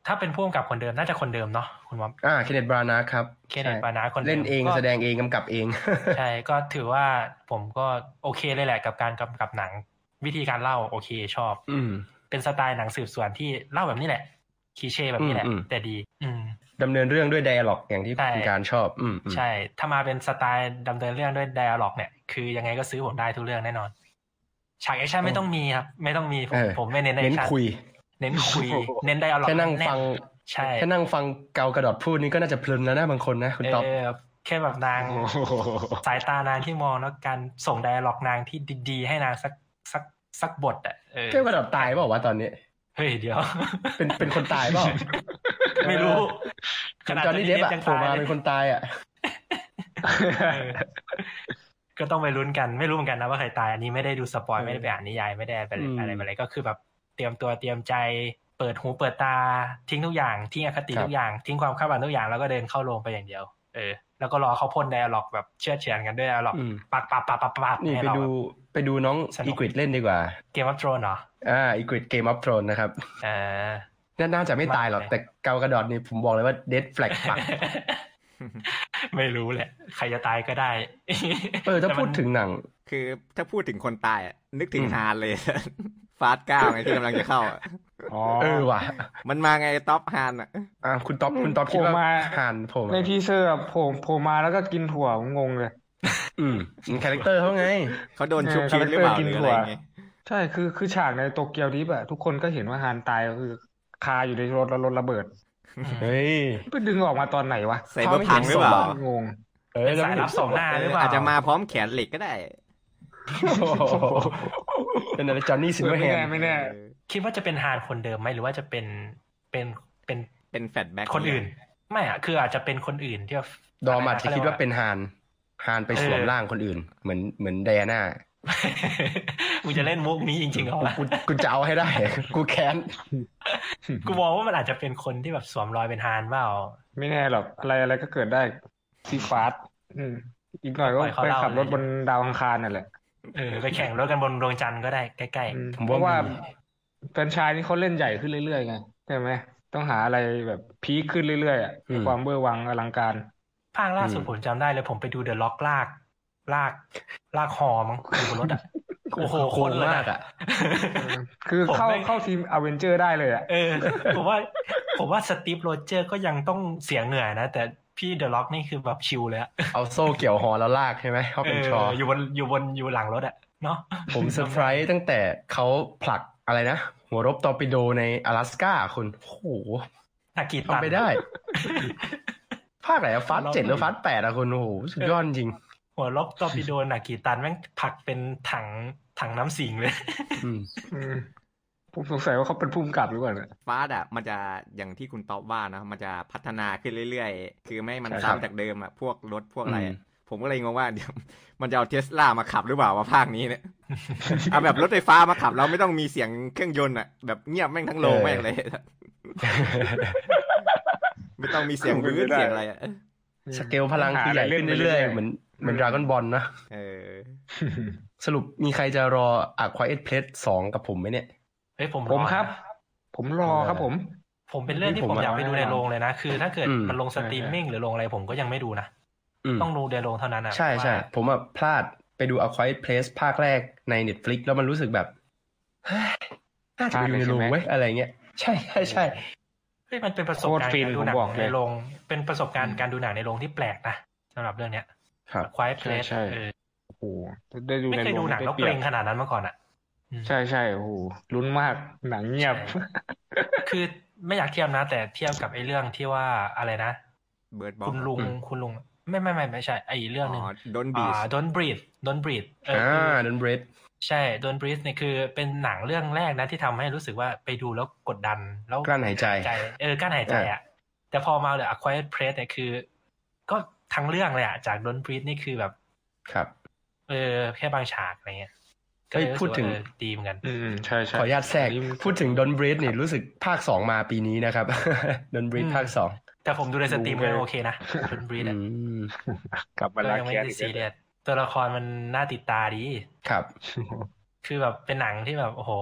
[SPEAKER 2] ถ้าเป็นพ่วงกับคนเดิมน่าจะคนเดิมเนาะคุณวัม
[SPEAKER 1] อ่าเคนเนตบรานาครับ
[SPEAKER 2] เคนเนตปานาคนดิม
[SPEAKER 1] เล่นเอง
[SPEAKER 2] ก็
[SPEAKER 1] แสดงเองกำกับเอง
[SPEAKER 2] ใช่ ก็ถือว่าผมก็โอเคเลยแหละกับการกำกับหนัง วิธีการเล่าโอเคชอบ
[SPEAKER 1] อืม
[SPEAKER 2] เป็นสไตล์หนังสืบสวนที่เล่าแบบนี้แหละคลีเช่แบบนี้แหละ
[SPEAKER 1] อืมอืม
[SPEAKER 2] แต่ดี อืม
[SPEAKER 1] ดำเนินเรื่องด้วย dialogue อย่างที่
[SPEAKER 2] ใช่
[SPEAKER 1] คุณการชอบ อืมอืม
[SPEAKER 2] ใช่ ถ้ามาเป็นสไตล์ดำเนินเรื่องด้วยไดอะล็อกเนี่ย คือยังไงก็ซื้อผมได้ทุกเรื่องแน่นอน ฉากแอคชั่นไม่ต้องมีครับ ไม่ต้องมีผ
[SPEAKER 1] เอ
[SPEAKER 2] ม
[SPEAKER 1] อ
[SPEAKER 2] ผมไม่เน้นแอ
[SPEAKER 1] เน้
[SPEAKER 2] คน ชั่น
[SPEAKER 1] คุย
[SPEAKER 2] เน้นคุย เน้นไดอะล็อก
[SPEAKER 1] แค่นั่งฟัง
[SPEAKER 2] ใช่
[SPEAKER 1] แค่นั่งฟังเกากระดอดพูดนี่ก็น่าจะเพลินแล้วนะบางคนนะคุณต๊อป
[SPEAKER 2] เออแค่แบบนาง สายตานางที่มองแล้วการส่งไดอะล็อกนางที่ดีๆ ให้นางสักสักสักบทอ่ะเออ
[SPEAKER 1] เทพกระดับตายเปล่าวะตอนนี้
[SPEAKER 2] เฮ้ยเดี๋ยว
[SPEAKER 1] เป็นเป็นคนตายเปล่า
[SPEAKER 2] ไม่รู้
[SPEAKER 1] จอห์นนี่เดฟอะ
[SPEAKER 2] ยัง
[SPEAKER 1] โผล่มาเป็น
[SPEAKER 2] ตย
[SPEAKER 1] คนตายอ่ะ
[SPEAKER 2] เออก็ต้องไปลุ้นกันไม่รู้เหมือนกันนะว่าใครตายอันนี้ไม่ได้ดูสปอย
[SPEAKER 1] เออ
[SPEAKER 2] ไม่ได้ไปอ่านนิยายไม่ได้ไปอะไร
[SPEAKER 1] อืม
[SPEAKER 2] อะไรอะไรก็คือแบบเตรียมตัวเตรียมใจ เปิดหูเปิดตาทิ้งทุกอย่างทิ้งอคติ
[SPEAKER 1] ครับ
[SPEAKER 2] ทุกอย่างทิ้งความคาดหวังทุกอย่างแล้วก็เดินเข้าโรงไปอย่างเดียว เออ แล้วก็รอเขาพ่นไดอะล็อกแบบเชื่อดเฉือนกันด้วยไดอะล็อก
[SPEAKER 1] อืม
[SPEAKER 2] ปักปักปักปักปัก
[SPEAKER 1] นี่
[SPEAKER 2] ให้
[SPEAKER 1] ไป
[SPEAKER 2] เรา
[SPEAKER 1] ดู
[SPEAKER 2] แบบ
[SPEAKER 1] ไปดูน้อง
[SPEAKER 2] สนุก
[SPEAKER 1] อีกริดเล่นดีกว่า
[SPEAKER 2] เกมวัฟโตรนเหรอ
[SPEAKER 1] อ่าอีกริดเกมอัพโทนนะครับ
[SPEAKER 2] เออ
[SPEAKER 1] น่าน่าจะไม่ตายหรอก
[SPEAKER 2] ไม่
[SPEAKER 1] แต่เกากระดอดนี่ผมบอกเลยว่าเดดแฟลกปัก
[SPEAKER 2] ไม่รู้แหละ ใครจะตายก็ได้
[SPEAKER 1] เออถ้า
[SPEAKER 2] แต่มัน
[SPEAKER 1] พูดถึงหนัง
[SPEAKER 3] คือถ้าพูดถึงคนตายอะนึกถึง
[SPEAKER 1] อืม
[SPEAKER 3] ฮานเลย ฟาสเก้าไงที่กำลังจะเข้าอะ
[SPEAKER 4] อ๋อ
[SPEAKER 1] เออว่ะ
[SPEAKER 3] มันมาไงท็อปฮานอ่ะ
[SPEAKER 1] อ่ะคุณต๊อปคุณต๊อป
[SPEAKER 4] โผล่
[SPEAKER 1] คิดว่า
[SPEAKER 4] มา
[SPEAKER 1] หานโผล่มา
[SPEAKER 4] ในทีเซอร์อะโผล่โผล่มาแล้วก็กินถั่วงงเลย
[SPEAKER 1] อืมคาแรคเตอร์เขาไง
[SPEAKER 3] เขาโดนชุบ
[SPEAKER 4] เออ
[SPEAKER 3] ชีวิตหรือเปล่า
[SPEAKER 4] คา
[SPEAKER 3] ห
[SPEAKER 4] แร
[SPEAKER 3] รือ
[SPEAKER 4] ค
[SPEAKER 3] อะ
[SPEAKER 4] เต
[SPEAKER 3] ไร
[SPEAKER 4] อร์กิน
[SPEAKER 3] เงี้ย
[SPEAKER 4] ใช่คือคือฉากในโตเกียวดิฟอะทุกคนก็เห็นว่าฮานตายก็คือ คาอยู่ในรถแล้วรถระเบิด
[SPEAKER 1] เฮ้ย
[SPEAKER 4] ไปดึงออกมาตอนไหนวะ
[SPEAKER 3] ใส่เบอร์พังหรือเปล่า
[SPEAKER 4] งง
[SPEAKER 1] เอ้ยแล้ว
[SPEAKER 2] สาย
[SPEAKER 1] ไม่
[SPEAKER 2] รับส่งหน้าหรือเปล่า
[SPEAKER 3] อาจจะมาพร้อมแขนเหล็กก็ได้
[SPEAKER 1] โอ้โหเป็นอะไรจอห์นนี่ซิลเวอร์แฮน
[SPEAKER 4] ไม่แน่
[SPEAKER 3] เออ
[SPEAKER 2] คิดว่าจะเป็นฮานคนเดิมไหมหรือว่าจะเป็นเป็นเป็น
[SPEAKER 3] เป็นแฟดแบ็ก
[SPEAKER 2] คนอื่น ไม่อะคืออาจจะเป็นคนอื่นที่ว่า
[SPEAKER 1] ดอมอาจจะ
[SPEAKER 2] ไรน
[SPEAKER 1] คิดว่าเป็น
[SPEAKER 2] ข
[SPEAKER 1] หานหานไปสวม
[SPEAKER 2] เออ
[SPEAKER 1] ร่างคนอื่น เหมือนเหมือนไดอาน่า
[SPEAKER 2] กูจะเล่นมุกนี้จริงๆเหรอวะ
[SPEAKER 1] กูกูจะเอาให้ได้ กูแค้น
[SPEAKER 2] กูมองว่ามันอาจจะเป็นคนที่แบบสวมรอยเป็นฮานเปล่า
[SPEAKER 4] ไม่แน่หรอกอะไรอะไรก็เกิดได้ซีฟาสอืมอีกหน่อยก็
[SPEAKER 2] ปล่อยเขา
[SPEAKER 4] ไป
[SPEAKER 2] เล่า
[SPEAKER 4] ขับรถบนดาวอังคารนั่นแหละ
[SPEAKER 2] เอ อไปแข่งรถกันบนดวงจันทร์ก็ได้ใกล้
[SPEAKER 4] อืม
[SPEAKER 1] ผม
[SPEAKER 4] เพ
[SPEAKER 1] ว่า
[SPEAKER 4] ราะว่า
[SPEAKER 1] มี
[SPEAKER 4] แฟรนไชายนี่เขาเล่นใหญ่ขึ้นเรื่อยๆไงใช่ไหมต้องหาอะไรแบบพีคขึ้นเรื่อยๆอะมีความเบอร์วังอลังการ
[SPEAKER 2] ๆภาคล่าสุด
[SPEAKER 1] อืม
[SPEAKER 2] ผมจำได้เลยผมไปดูเดอะล็อกลาก ลาก ลากหอมั้งอยู่บนรถอะ โอ้โห
[SPEAKER 1] โคตร
[SPEAKER 2] โคตรเลยนะ
[SPEAKER 1] มากอ่ะ
[SPEAKER 4] คือ
[SPEAKER 2] ผม
[SPEAKER 4] เข้า
[SPEAKER 2] ไม่
[SPEAKER 4] เข้าทีมอเวนเจอร์ได้เลยอ่ะ
[SPEAKER 2] เอ อผมว่าผมว่าสตีฟโรเจอร์ก็ยังต้องเสียเหงื่อนะ แต่พี่เดอะล็อกนี่คือแบบชิลเลยอะ
[SPEAKER 1] เอาโซ่เกี่ยวหอแล้วลากใช่ไหมเขาเป็นชอ
[SPEAKER 2] อยู่บนอยู่บนอยู่หลังรถอะเนาะ
[SPEAKER 1] ผมเซอร์ไพรส์ตั้งแต่เขาผลักอะไรนะ หัวรบตอร์ปิโดในอลาสก้าคุณโอ้โห
[SPEAKER 2] อากิตัน
[SPEAKER 1] ทำไปได้ ภาคไหนอะฟาสเจ็ดหรือฟาสแปดอะคุณโอ้โหสุดยอดจริง
[SPEAKER 2] หัวลบตอร์ปิโดนากิตันแม่งผลักเป็นถังถังน้ำสิงเลย
[SPEAKER 1] อืม
[SPEAKER 4] อืมผมสงสัยว่าเขาเป็นผู้กำกับหรือเปล่าเนี่ย
[SPEAKER 3] ฟาสอ่ะ มันจะอย่างที่คุณตอบว่านะมันจะพัฒนาขึ้นเรื่อยๆ คือไม่ให้มัน
[SPEAKER 4] ใช่ครับ
[SPEAKER 3] ซ้ำจากเดิมอ่ะ พวกรถพวกอะไรอะ
[SPEAKER 1] อืม
[SPEAKER 3] ผมก็เลยงงว่าเดี๋ยว มันจะเอาเทสลามาขับหรือเปล่าว่าภาคนี้เนี่ย เอาแบบรถไฟฟ้ามาขับเราไม่ต้องมีเสียงเครื่องยนต์อ่ะ แบบเงียบแม่งทั้งโรงแม่งเลย ไม่ต้องมีเสียงรื้อเสียงอะไรอะ
[SPEAKER 1] สเกลพลังคือใหญ่ขึ้นเรื่อยๆ เหมือนเหมือนดราก้อนบอลนะ
[SPEAKER 3] เออ
[SPEAKER 1] สรุปมีใครจะรออะควาเอ p เพลสสองกับผมไหมเนี่ย
[SPEAKER 2] เฮ้ยผม
[SPEAKER 4] ผม
[SPEAKER 2] อนะครับ
[SPEAKER 4] ผมรอครับผม
[SPEAKER 2] ผมเป็นเรื่องที่ผม
[SPEAKER 4] ผม
[SPEAKER 2] อยากไปดู
[SPEAKER 4] ว่า
[SPEAKER 2] ในโรงเลยนะ คือถ้าเกิด
[SPEAKER 1] อืม
[SPEAKER 2] มันลงสตรีมมิ่งหรือลงอะไรผมก็ยังไม่ดูนะ
[SPEAKER 1] อืม
[SPEAKER 2] ต้องดูในโรงเท่านั้นอะ
[SPEAKER 1] ใช่ใช่
[SPEAKER 2] ว่า
[SPEAKER 1] ผมอะพลาดไปดู A Quiet Place ภาคแรกใน Netflix แล้วมันรู้สึกแบบ เฮ้ยน่าจะไปดูในโรงเว้ยอะไรเงี้ย ใช่ใช่ใช่
[SPEAKER 2] เฮ้ยมันเป็นประสบการ
[SPEAKER 4] โคต
[SPEAKER 2] ณ์
[SPEAKER 4] รฟิน
[SPEAKER 2] การดูหนั
[SPEAKER 4] ผมบอกเลย
[SPEAKER 2] ในโรง เป็นประสบการณ์การดูหนังในโรงที่แปลกนะสำหรับเรื่องเนี้ย
[SPEAKER 1] ครับ
[SPEAKER 2] Quiet Place
[SPEAKER 4] ใช่ใช่
[SPEAKER 2] เออ
[SPEAKER 4] โอ้โหได้ดู
[SPEAKER 2] ไม่
[SPEAKER 4] ใน
[SPEAKER 2] เคย
[SPEAKER 4] โร
[SPEAKER 2] ดู
[SPEAKER 4] ง
[SPEAKER 2] หนังแล้ว
[SPEAKER 4] ได้
[SPEAKER 2] เก
[SPEAKER 4] ป
[SPEAKER 2] ร
[SPEAKER 4] ยบ
[SPEAKER 2] งขนาดนั้นมาก่อนอะอืม
[SPEAKER 4] ใช่ใช่โอ้โหลุ้นมากหนังเงียบ
[SPEAKER 2] คือไม่อยากเทียบนะ แต่เทียบกับไอ้เรื่องที่ว่าอะไรนะ
[SPEAKER 3] เบิร์ดบอ
[SPEAKER 2] คุณลุงคุณลุง ไม่ไม่ไม่ไม่ใช่ไอ้เรื่องหนึ่ง
[SPEAKER 3] อ๋อโดนบี
[SPEAKER 2] อ่า
[SPEAKER 3] ส
[SPEAKER 2] Don't breathe Don't breathe เออ
[SPEAKER 1] อ่า
[SPEAKER 2] คือ
[SPEAKER 1] ดนเบรด
[SPEAKER 2] ใช่ Don't breathe เนี่ยคือเป็นหนังเรื่องแรกนะที่ทำให้รู้สึกว่าไปดูแล้วกดดันแล้ว
[SPEAKER 1] กลั้นหายใจ
[SPEAKER 2] ใจเออกลั้นหายใจอ่ะ แต่พอมาเลย A Quiet Place เนี่ยคือ ก็ทั้งเรื่องเลยอ่ะ จาก Don't breathe นี่คือแบบ
[SPEAKER 1] ครับ
[SPEAKER 2] เออ แค่บางฉากอะไรเงี้ย
[SPEAKER 1] เฮ้ย
[SPEAKER 2] ก็ลรู้สึก
[SPEAKER 1] พูดถึง
[SPEAKER 2] ว่าเออดีเหมือนกัน
[SPEAKER 4] อืมใช่ใช่
[SPEAKER 1] ขออนุญาตแทรก
[SPEAKER 4] อันนี้
[SPEAKER 1] พูดถึงดนเบรดนี่รู้สึกภาคสองมาปีนี้นะครับ ดนเบรด
[SPEAKER 2] อืม
[SPEAKER 1] ภาคสอง
[SPEAKER 2] แต่ผมดูในสตรีม
[SPEAKER 4] ดูเลย
[SPEAKER 2] ก็โอเคนะ Don't breathe อะ
[SPEAKER 1] อืม
[SPEAKER 4] กลับมา
[SPEAKER 2] ก็
[SPEAKER 4] ลา
[SPEAKER 2] ยัง
[SPEAKER 4] แค
[SPEAKER 2] ไม่
[SPEAKER 4] น
[SPEAKER 2] ได้ซีเรียสตัวละครมันน่าติดตาดี
[SPEAKER 1] ครับ
[SPEAKER 2] คือแบบเป็นหนังที่แบบโอ้โห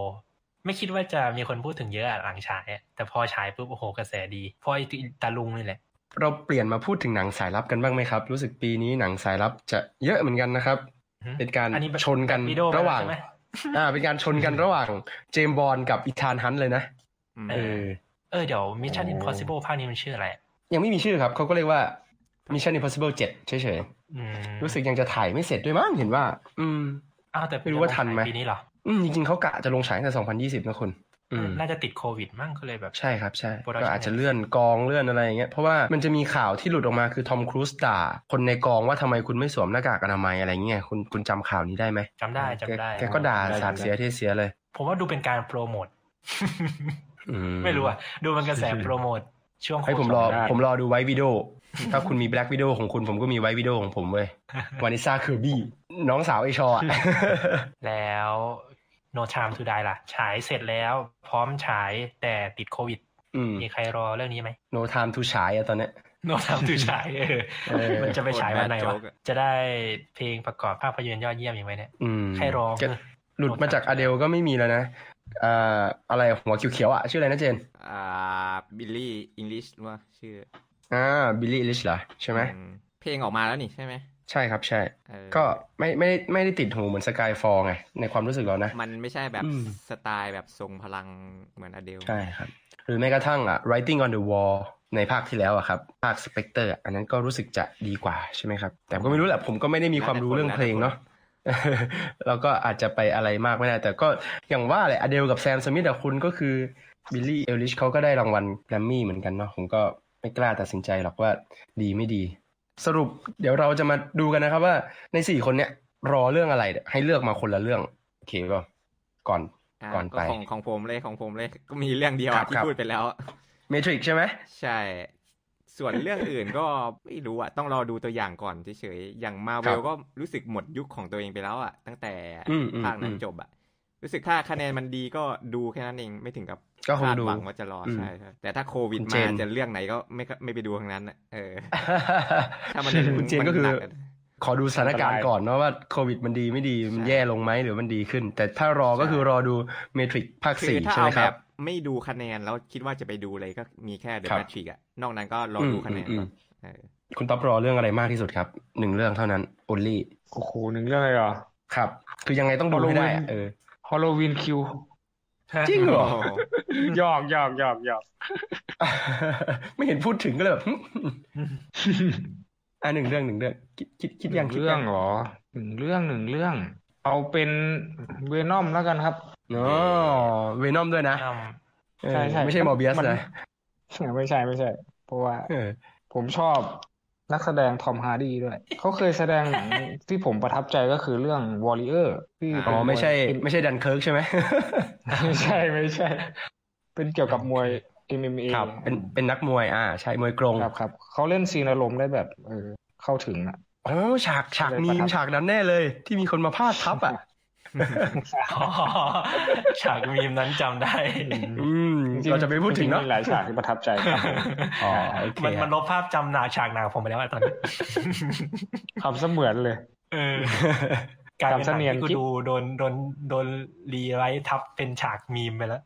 [SPEAKER 2] ไม่คิดว่าจะมีคนพูดถึงเยอะอะหลังฉายอะแต่พอฉายปุ๊บโอ้โหกระแสดีเพราะไอตาลุงนี่แหละ
[SPEAKER 1] เราเปลี่ยนมาพูดถึงหนังสายลับกันบ้างไหมครับ รู้สึกปีนี้หนังสายลับจะเยอะเหมือนกันนะครับ
[SPEAKER 2] อือฮึ
[SPEAKER 1] เป็นการ
[SPEAKER 2] อันนี้แบบ
[SPEAKER 1] ชนกัน
[SPEAKER 2] แบบวิดีโอ
[SPEAKER 1] ระหว่าง
[SPEAKER 2] ใช่ไหม
[SPEAKER 1] อ่า เป็นการชนกันระหว่างเจมส์บอลกับอีธานฮันต์เลยนะ
[SPEAKER 2] เอ
[SPEAKER 1] เอ
[SPEAKER 2] อ
[SPEAKER 1] อ
[SPEAKER 2] เออเดี๋ยว Mission
[SPEAKER 1] โอ้
[SPEAKER 2] Impossible ภาคนี้มันชื่ออะไรอะ
[SPEAKER 1] ยังไม่มีชื่อครับ เขาก็เรียกว่า Mission Impossible 7เฉย
[SPEAKER 2] อืม
[SPEAKER 1] ๆ รู้สึกยังจะถ่ายไม่เสร็จด้วยมั้งเห็นว่า อืม
[SPEAKER 2] อ้าวแต่
[SPEAKER 1] ไม่รู้ว่าทันไหม
[SPEAKER 2] ปีนี้เหรอ
[SPEAKER 1] อืมจริงๆเขากะจะลงฉายตั้งแต่2020 นะคุณ อืม
[SPEAKER 2] น่าจะติดโควิดมั่งก็เลยแบบ
[SPEAKER 1] ใช่ครับใช่
[SPEAKER 2] Production
[SPEAKER 1] ก็อาจจะเลื่อนกองเลื่อนอะไรอย่างเงี้ยเพราะว่ามันจะมีข่าวที่หลุดออกมาคือทอมครูซด่าคนในกองว่าทำไมคุณไม่สวมหน้ากากอนามัยอะไรเงี้ยคุณคุณจำข่าวนี้ได้ไหม
[SPEAKER 2] จำได้จำได้
[SPEAKER 1] แกแกก็ด่าสาดเสียเทเสียเลย
[SPEAKER 2] ผมว่าดูเป็นการโปรโมท
[SPEAKER 1] อื
[SPEAKER 2] ไม่รู้อ่ะ ดูมันกระแสโปรโมทช่วง
[SPEAKER 1] ให้ผมรอ
[SPEAKER 2] โควิด
[SPEAKER 1] ผมรอดูไว้วิดีโอ ถ้าคุณมีแบล็กวิดีโอของคุณผมก็มีไว้วิดีโอของผมเว้ ยวานิซาเคอร์บี้น้องสาวไอชออะ
[SPEAKER 2] แล้ว No Time to Die ล่ะ ฉายเสร็จแล้ว พร้อมฉายแต่ติดโควิด
[SPEAKER 1] อืม
[SPEAKER 2] มีใครรอเรื่องนี้ไหม
[SPEAKER 1] no time to ฉายอะตอนเนี้ย
[SPEAKER 2] โนทามถือฉายเออ
[SPEAKER 1] เออ
[SPEAKER 2] มันจะไปฉายวันไหน
[SPEAKER 3] โคตรแบด
[SPEAKER 2] วะ
[SPEAKER 3] โจ๊กอะ
[SPEAKER 2] จะได้เพลงประกอบภาพยนตร์ยอดเยี่ยมอีกไหมเนี่ย
[SPEAKER 1] อืม
[SPEAKER 2] ใครร้อง
[SPEAKER 1] จะ
[SPEAKER 2] นะ
[SPEAKER 1] หลุดมาจากอเดลก็ไม่มีแล้วนะเอ่ออะไรหัวเขียวๆอ่ะ ชื่ออะไรนะเจน
[SPEAKER 3] อ่าบิลลี่อังกฤษว่าชื่อ
[SPEAKER 1] อ่าบิลลี่ลิชเหรอ ใช่ไหม
[SPEAKER 3] อืเพลงออกมาแล้วนี่ใช่ไหม
[SPEAKER 1] ใช่ครับใช่
[SPEAKER 3] เออ
[SPEAKER 1] ก็ไม่ไม่ได้ไม่ได้ติดหูเหมือนสกายฟอลไง ในความรู้สึกเรานะ
[SPEAKER 3] มันไม่ใช่แบบ
[SPEAKER 1] อืม
[SPEAKER 3] สไตล์แบบทรงพลังเหมือนอเดล
[SPEAKER 1] ใช่ครับ หรือแม้กระทั่งอ่ะ writing on the wall ในภาคที่แล้วอะครับ ภาค Spectre อะอันนั้นก็รู้สึกจะดีกว่าใช่ไหมครับ แต่ก็ไม่รู้แหละผมก็ไม่ได้มีความรู้เรื่องเพลงเนาะ แล้วก็อาจจะไปอะไรมากไม่ได้ แต่ก็อย่างว่าแหละอเดลกับแซมสมิธอะคุณก็คือบิลลี่เอลิชเขาก็ได้รางวัลแกรมมี่เหมือนกันเนาะผมก็ไม่กล้าตัดสินใจหรอกว่าดีไม่ดี สรุปเดี๋ยวเราจะมาดูกันนะครับว่าในสี่คนเนี้ยรอเรื่องอะไรเนี่ยให้เลือกมาคนละเรื่องโอเคป่ะก่อน
[SPEAKER 3] อ่า
[SPEAKER 1] ก่อนไป
[SPEAKER 3] ของของผมเลยของผมเลยก็มีเรื่องเดียว
[SPEAKER 1] ครั
[SPEAKER 3] อะ
[SPEAKER 1] บ
[SPEAKER 3] ที่
[SPEAKER 1] ครับ
[SPEAKER 3] พูดไปแล้วอะ
[SPEAKER 1] เมทริกใช่ไหม
[SPEAKER 3] ใช่ ส่วนเรื่องอื่นก็ ไม่รู้อ่ะต้องรอดูตัวอย่างก่อนเฉยๆอย่างมาเว
[SPEAKER 1] ครั
[SPEAKER 3] ล
[SPEAKER 1] บ
[SPEAKER 3] ก็รู้สึกหมดยุคของตัวเองไปแล้วอ่ะ ตั้งแต่
[SPEAKER 1] อืมอืม
[SPEAKER 3] ภาคนั้น
[SPEAKER 1] อืม
[SPEAKER 3] จบอ่ะ รู้สึกถ้าคะแนนมันดีก็ดูแค่นั้นเองไม่ถึงกับ
[SPEAKER 1] ก็คง
[SPEAKER 3] คาด
[SPEAKER 1] ดู
[SPEAKER 3] หวังว่าจะรออ
[SPEAKER 1] ม
[SPEAKER 3] ใช่ใช่แต่ถ้าโควิด
[SPEAKER 1] คุณเจ
[SPEAKER 3] มาน จะเรื่องไหนก็ไม่ก็ไม่ไปดูทั้งนั้นอะเออ ถ้า
[SPEAKER 1] ถ้า
[SPEAKER 3] มั
[SPEAKER 1] มันน
[SPEAKER 3] ยัง
[SPEAKER 1] คุณเจนก็
[SPEAKER 3] มั
[SPEAKER 1] คือ
[SPEAKER 3] หะ
[SPEAKER 1] ขอดูสถานการณ์ก่อนเนาะว่าโควิดมันดีไม่ดีมัน
[SPEAKER 3] ใช่
[SPEAKER 1] แย่ลงไหมหรือมันดีขึ้น แต่ถ้ารอก็
[SPEAKER 3] ใช่
[SPEAKER 1] คือรอดูเมทริกภาค
[SPEAKER 3] คื
[SPEAKER 1] สี่
[SPEAKER 3] อถ้า
[SPEAKER 1] ใช่ไหมค
[SPEAKER 3] เอาแบ
[SPEAKER 1] รั
[SPEAKER 3] บบ ไม่ดูคะแนนแล้วคิดว่าจะไปดูเลยก็มีแค่เดอะ
[SPEAKER 1] ครับ
[SPEAKER 3] แมทริกอะนอกนั้นก็รอดูคะแนนก่อนเออ
[SPEAKER 1] คุณป๊อปรอเรื่องอะไรมากที่สุดครับหนึ่งเรื่องเท่านั้น only
[SPEAKER 4] โอ้โหหนึ่งเรื่องเลยเหรอ
[SPEAKER 1] ครับ คือยังไงต้องดูให้ได้อะ
[SPEAKER 4] Halloween
[SPEAKER 1] เออ
[SPEAKER 4] ฮอลโลวีนคิว
[SPEAKER 1] จริงเหร อ
[SPEAKER 4] หยอกหยอกหยอกหยอก
[SPEAKER 1] ไม่เห็นพูดถึงก็เลยแบบหึอ่ะหนึ่งเรื่องหนึ่งเรื่องคิดคิดคิด
[SPEAKER 4] ห
[SPEAKER 1] ยั
[SPEAKER 4] นึ่
[SPEAKER 1] ง
[SPEAKER 4] ง
[SPEAKER 1] คิด
[SPEAKER 4] เรื่อ
[SPEAKER 1] ยัง ง
[SPEAKER 4] เหรอหนึ่งเรื่องหนึ่งเรื่อง เอาเป็นเวนอมแล้วกันครับ
[SPEAKER 1] เนาะเวนอมด้วยนะ
[SPEAKER 2] อ้าว
[SPEAKER 1] เออ
[SPEAKER 4] ใช่ใช่
[SPEAKER 1] ไม่ใช่มอร์เบียส
[SPEAKER 4] มัน
[SPEAKER 1] นะ
[SPEAKER 4] ไม่ใช่ไม่ใช่ เพราะว่า
[SPEAKER 1] เออ
[SPEAKER 4] ผมชอบนักแสดงทอมฮาร์ดีด้วย เขาเคยแสดง หนัง ที่ผมประทับใจก็คือเรื่องวอริเออร์ที่
[SPEAKER 1] อ๋อ
[SPEAKER 4] เป็นวย
[SPEAKER 1] ไม่ใช่ ไม่ใช่ดันเคิร์กใช่ไหม
[SPEAKER 4] ไม่ใช่ไม่ใช่ เป็นเกี่ยวกับมวย MMA
[SPEAKER 1] ครับเป็นเป็นนักมวยอ่าใช่มวยกรง
[SPEAKER 4] ครับครับเขาเล่นซีนอารมณ์ได้แบบเออเข้าถึงอ่ะ
[SPEAKER 1] โอ้ฉากฉาก
[SPEAKER 4] เลย
[SPEAKER 1] มี
[SPEAKER 4] ประทั
[SPEAKER 1] ม
[SPEAKER 4] บ
[SPEAKER 1] ฉากนั้นแน่เลย ที่มีคนมาพาดทับอ่ะ
[SPEAKER 2] อ๋อฉากมีมนั้นจำได้
[SPEAKER 1] อืม
[SPEAKER 4] งๆ
[SPEAKER 1] เราจะไปพูดถึงเนาะ
[SPEAKER 4] จริๆมีหลายฉากที่ประทับใจครับ
[SPEAKER 1] อ๋อโอเค
[SPEAKER 2] มันมันลบภาพจำหนาฉากหนาผมไปแล้วอะตอนนี้
[SPEAKER 4] คำเสมือน เลย
[SPEAKER 2] เออกลายเป็นหนัง
[SPEAKER 4] จำเสนียน
[SPEAKER 2] ที่กู
[SPEAKER 4] กิ๊บ
[SPEAKER 2] ดูโดนโดนโดนรีไรท์ทับเป็นฉากมีมไปแล้ว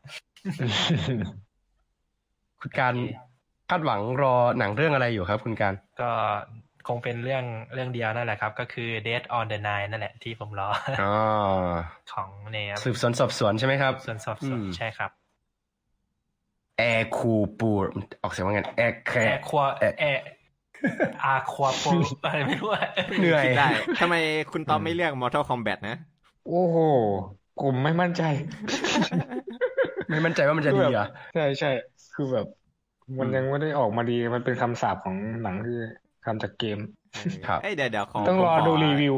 [SPEAKER 1] คุณการคาดหวังรอหนังเรื่องอะไรอยู่ครับ คุณการ
[SPEAKER 2] ก็คงเป็นเรื่องเรื่องเดียวนั่นแหละครับ ก็คือ Dead on the Nine นั่นแหละที่ผมรอ
[SPEAKER 1] อ๋อ
[SPEAKER 2] ของเนม
[SPEAKER 1] สืบสวนสอบสวนใช่ไหมครับ
[SPEAKER 2] ส่วนสอบสวน
[SPEAKER 1] อืม
[SPEAKER 2] ใช่ครับ
[SPEAKER 1] แอร์คูปูออกเสียงว่าไงแอร์แค
[SPEAKER 2] แอ
[SPEAKER 1] ร์
[SPEAKER 2] ร์ควา
[SPEAKER 1] แอะ
[SPEAKER 2] แอร์อาควาโปอะไรไม่รู้อะ
[SPEAKER 1] เหนื่อย
[SPEAKER 3] ได้ ทำไมคุณต้อมไม่เลือก Mortal Kombat นะ
[SPEAKER 4] โอ้โหผมไม่มั่นใจ
[SPEAKER 1] ไม่มั่นใจว่ามันจะดีเหรอ
[SPEAKER 4] ใช่ใช่ คือแบบ มัน
[SPEAKER 1] อืม
[SPEAKER 4] ยังไม่ได้ออกมาดี มันเป็นคำสาปของหนังที่ทำจากเกม
[SPEAKER 1] ครับ
[SPEAKER 3] เอ้ยเดี๋ยวเดี๋ยวขอ
[SPEAKER 4] ต้องรอ
[SPEAKER 3] ผมข
[SPEAKER 4] ดูรีวิว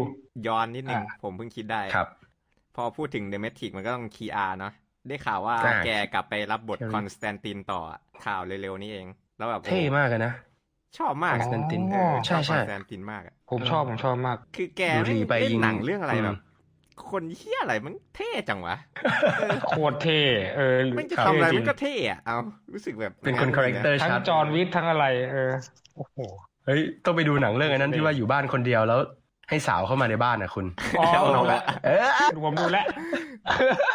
[SPEAKER 3] ย้อนนิดนึง
[SPEAKER 4] อ่ะ
[SPEAKER 3] ผมเพิ่งคิดได้
[SPEAKER 1] ครับ
[SPEAKER 3] พอพูดถึง The Matrix มันก็ต้อง KR เนาะได้ข่าวว่า
[SPEAKER 1] อ่า
[SPEAKER 3] แกกลับไปรับบท
[SPEAKER 1] เทอรี่
[SPEAKER 3] คอนสแตนตินต่อข่าวเร็วๆนี้เอง แล้วแบบโอ้
[SPEAKER 1] เท่มากเลยนะ
[SPEAKER 3] ชอบมาก
[SPEAKER 1] คอนสแตนติน
[SPEAKER 3] เออ
[SPEAKER 1] ใช่
[SPEAKER 3] ชอบ
[SPEAKER 1] ใช่
[SPEAKER 3] คอนสแตนตินมากอะ
[SPEAKER 4] ผมชอบผมชอบมาก
[SPEAKER 3] คือแก
[SPEAKER 1] ดูรีไป
[SPEAKER 3] เล่น
[SPEAKER 1] ยิง
[SPEAKER 3] หนังเรื่องอะไร
[SPEAKER 1] อืม
[SPEAKER 3] แบบ คนเฮี้ยอะไรมันเท่จังวะ
[SPEAKER 4] โคตรเท่เออ
[SPEAKER 3] มันจะทำอะไร
[SPEAKER 4] เท่จ
[SPEAKER 3] มันก็เท่อะเอารู้สึกแบบ
[SPEAKER 1] เป็นคนคาแรคเตอร์
[SPEAKER 4] ทั้ง
[SPEAKER 1] ชัด
[SPEAKER 4] จอห์นวิททั้งอะไร เออ โอ้โห
[SPEAKER 1] เฮ้ยต้องไปดูหนังเรื่องไอ้นั้นที่ว่าอยู่บ้านคนเดียวแล้ว ให้สาวเข้ามาในบ้านนะคุณ
[SPEAKER 4] อ๋อ
[SPEAKER 1] เอาละเออ
[SPEAKER 4] ผมดูแล้ว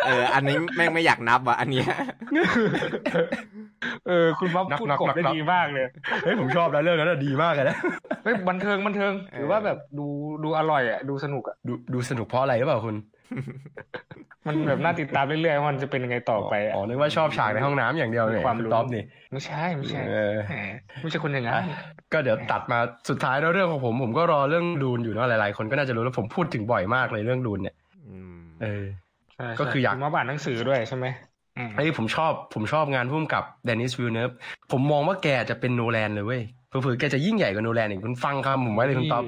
[SPEAKER 3] เอออันนี้แม่งไม่อยากนับว่ะอันเนี้ย
[SPEAKER 4] เออ คุณบ๊อบ
[SPEAKER 1] นัก
[SPEAKER 4] พูด
[SPEAKER 1] นัก
[SPEAKER 4] กบ
[SPEAKER 1] นัก
[SPEAKER 4] ได้ดีมากเลย
[SPEAKER 1] เฮ้ยผมชอบนะเรื่องนั้นนะดีมากเลยนะ
[SPEAKER 4] เฮ้ยบันเทิงบันเทิง
[SPEAKER 3] เออ
[SPEAKER 4] หรือว่าแบบดูดูอร่อยอ่ะ ดูสนุกอ่ะ
[SPEAKER 1] ดูดูสนุกเพราะอะไรหรือเปล่าคุณ
[SPEAKER 4] มันแบบน่าติดตามเรื่อยๆว่ามันจะเป็นยังไงต่อไปอ่ะ
[SPEAKER 1] อ๋อ นึกว่าชอบฉากในห้องน้ำอย่างเดียวเนี่ย
[SPEAKER 4] มีความรู้
[SPEAKER 1] ณท็อปนี่
[SPEAKER 4] ไม่ใช่ไม่ใช่
[SPEAKER 1] เออ
[SPEAKER 4] แหมไม่ใช่คนอย่างนั้น
[SPEAKER 1] ก็เดี๋ยวตัดมาสุดท้ายแล้วเรื่องของผม ผมก็รอเรื่องดูนอยู่เนาะหลายๆ คนก็น่าจะรู้แล้วผมพูดถึงบ่อยมากเลยเรื่องดูนเนี่ย
[SPEAKER 3] อืม
[SPEAKER 1] เออ
[SPEAKER 4] ใช่
[SPEAKER 1] ก็คืออยาก
[SPEAKER 4] ณมาบ้านหนังสือด้วยใช่ไหมอืม
[SPEAKER 1] ไอ้ยผมชอบผมชอบงานพุ่มกับเดนิสวิลเนฟผมมองว่าแกจะเป็นโนแลนเลยเว้ยเผื่อๆแกจะยิ่งใหญ่กว่าโนแลนอีกคุณฟังคำผมไว้เลยคุณท็อป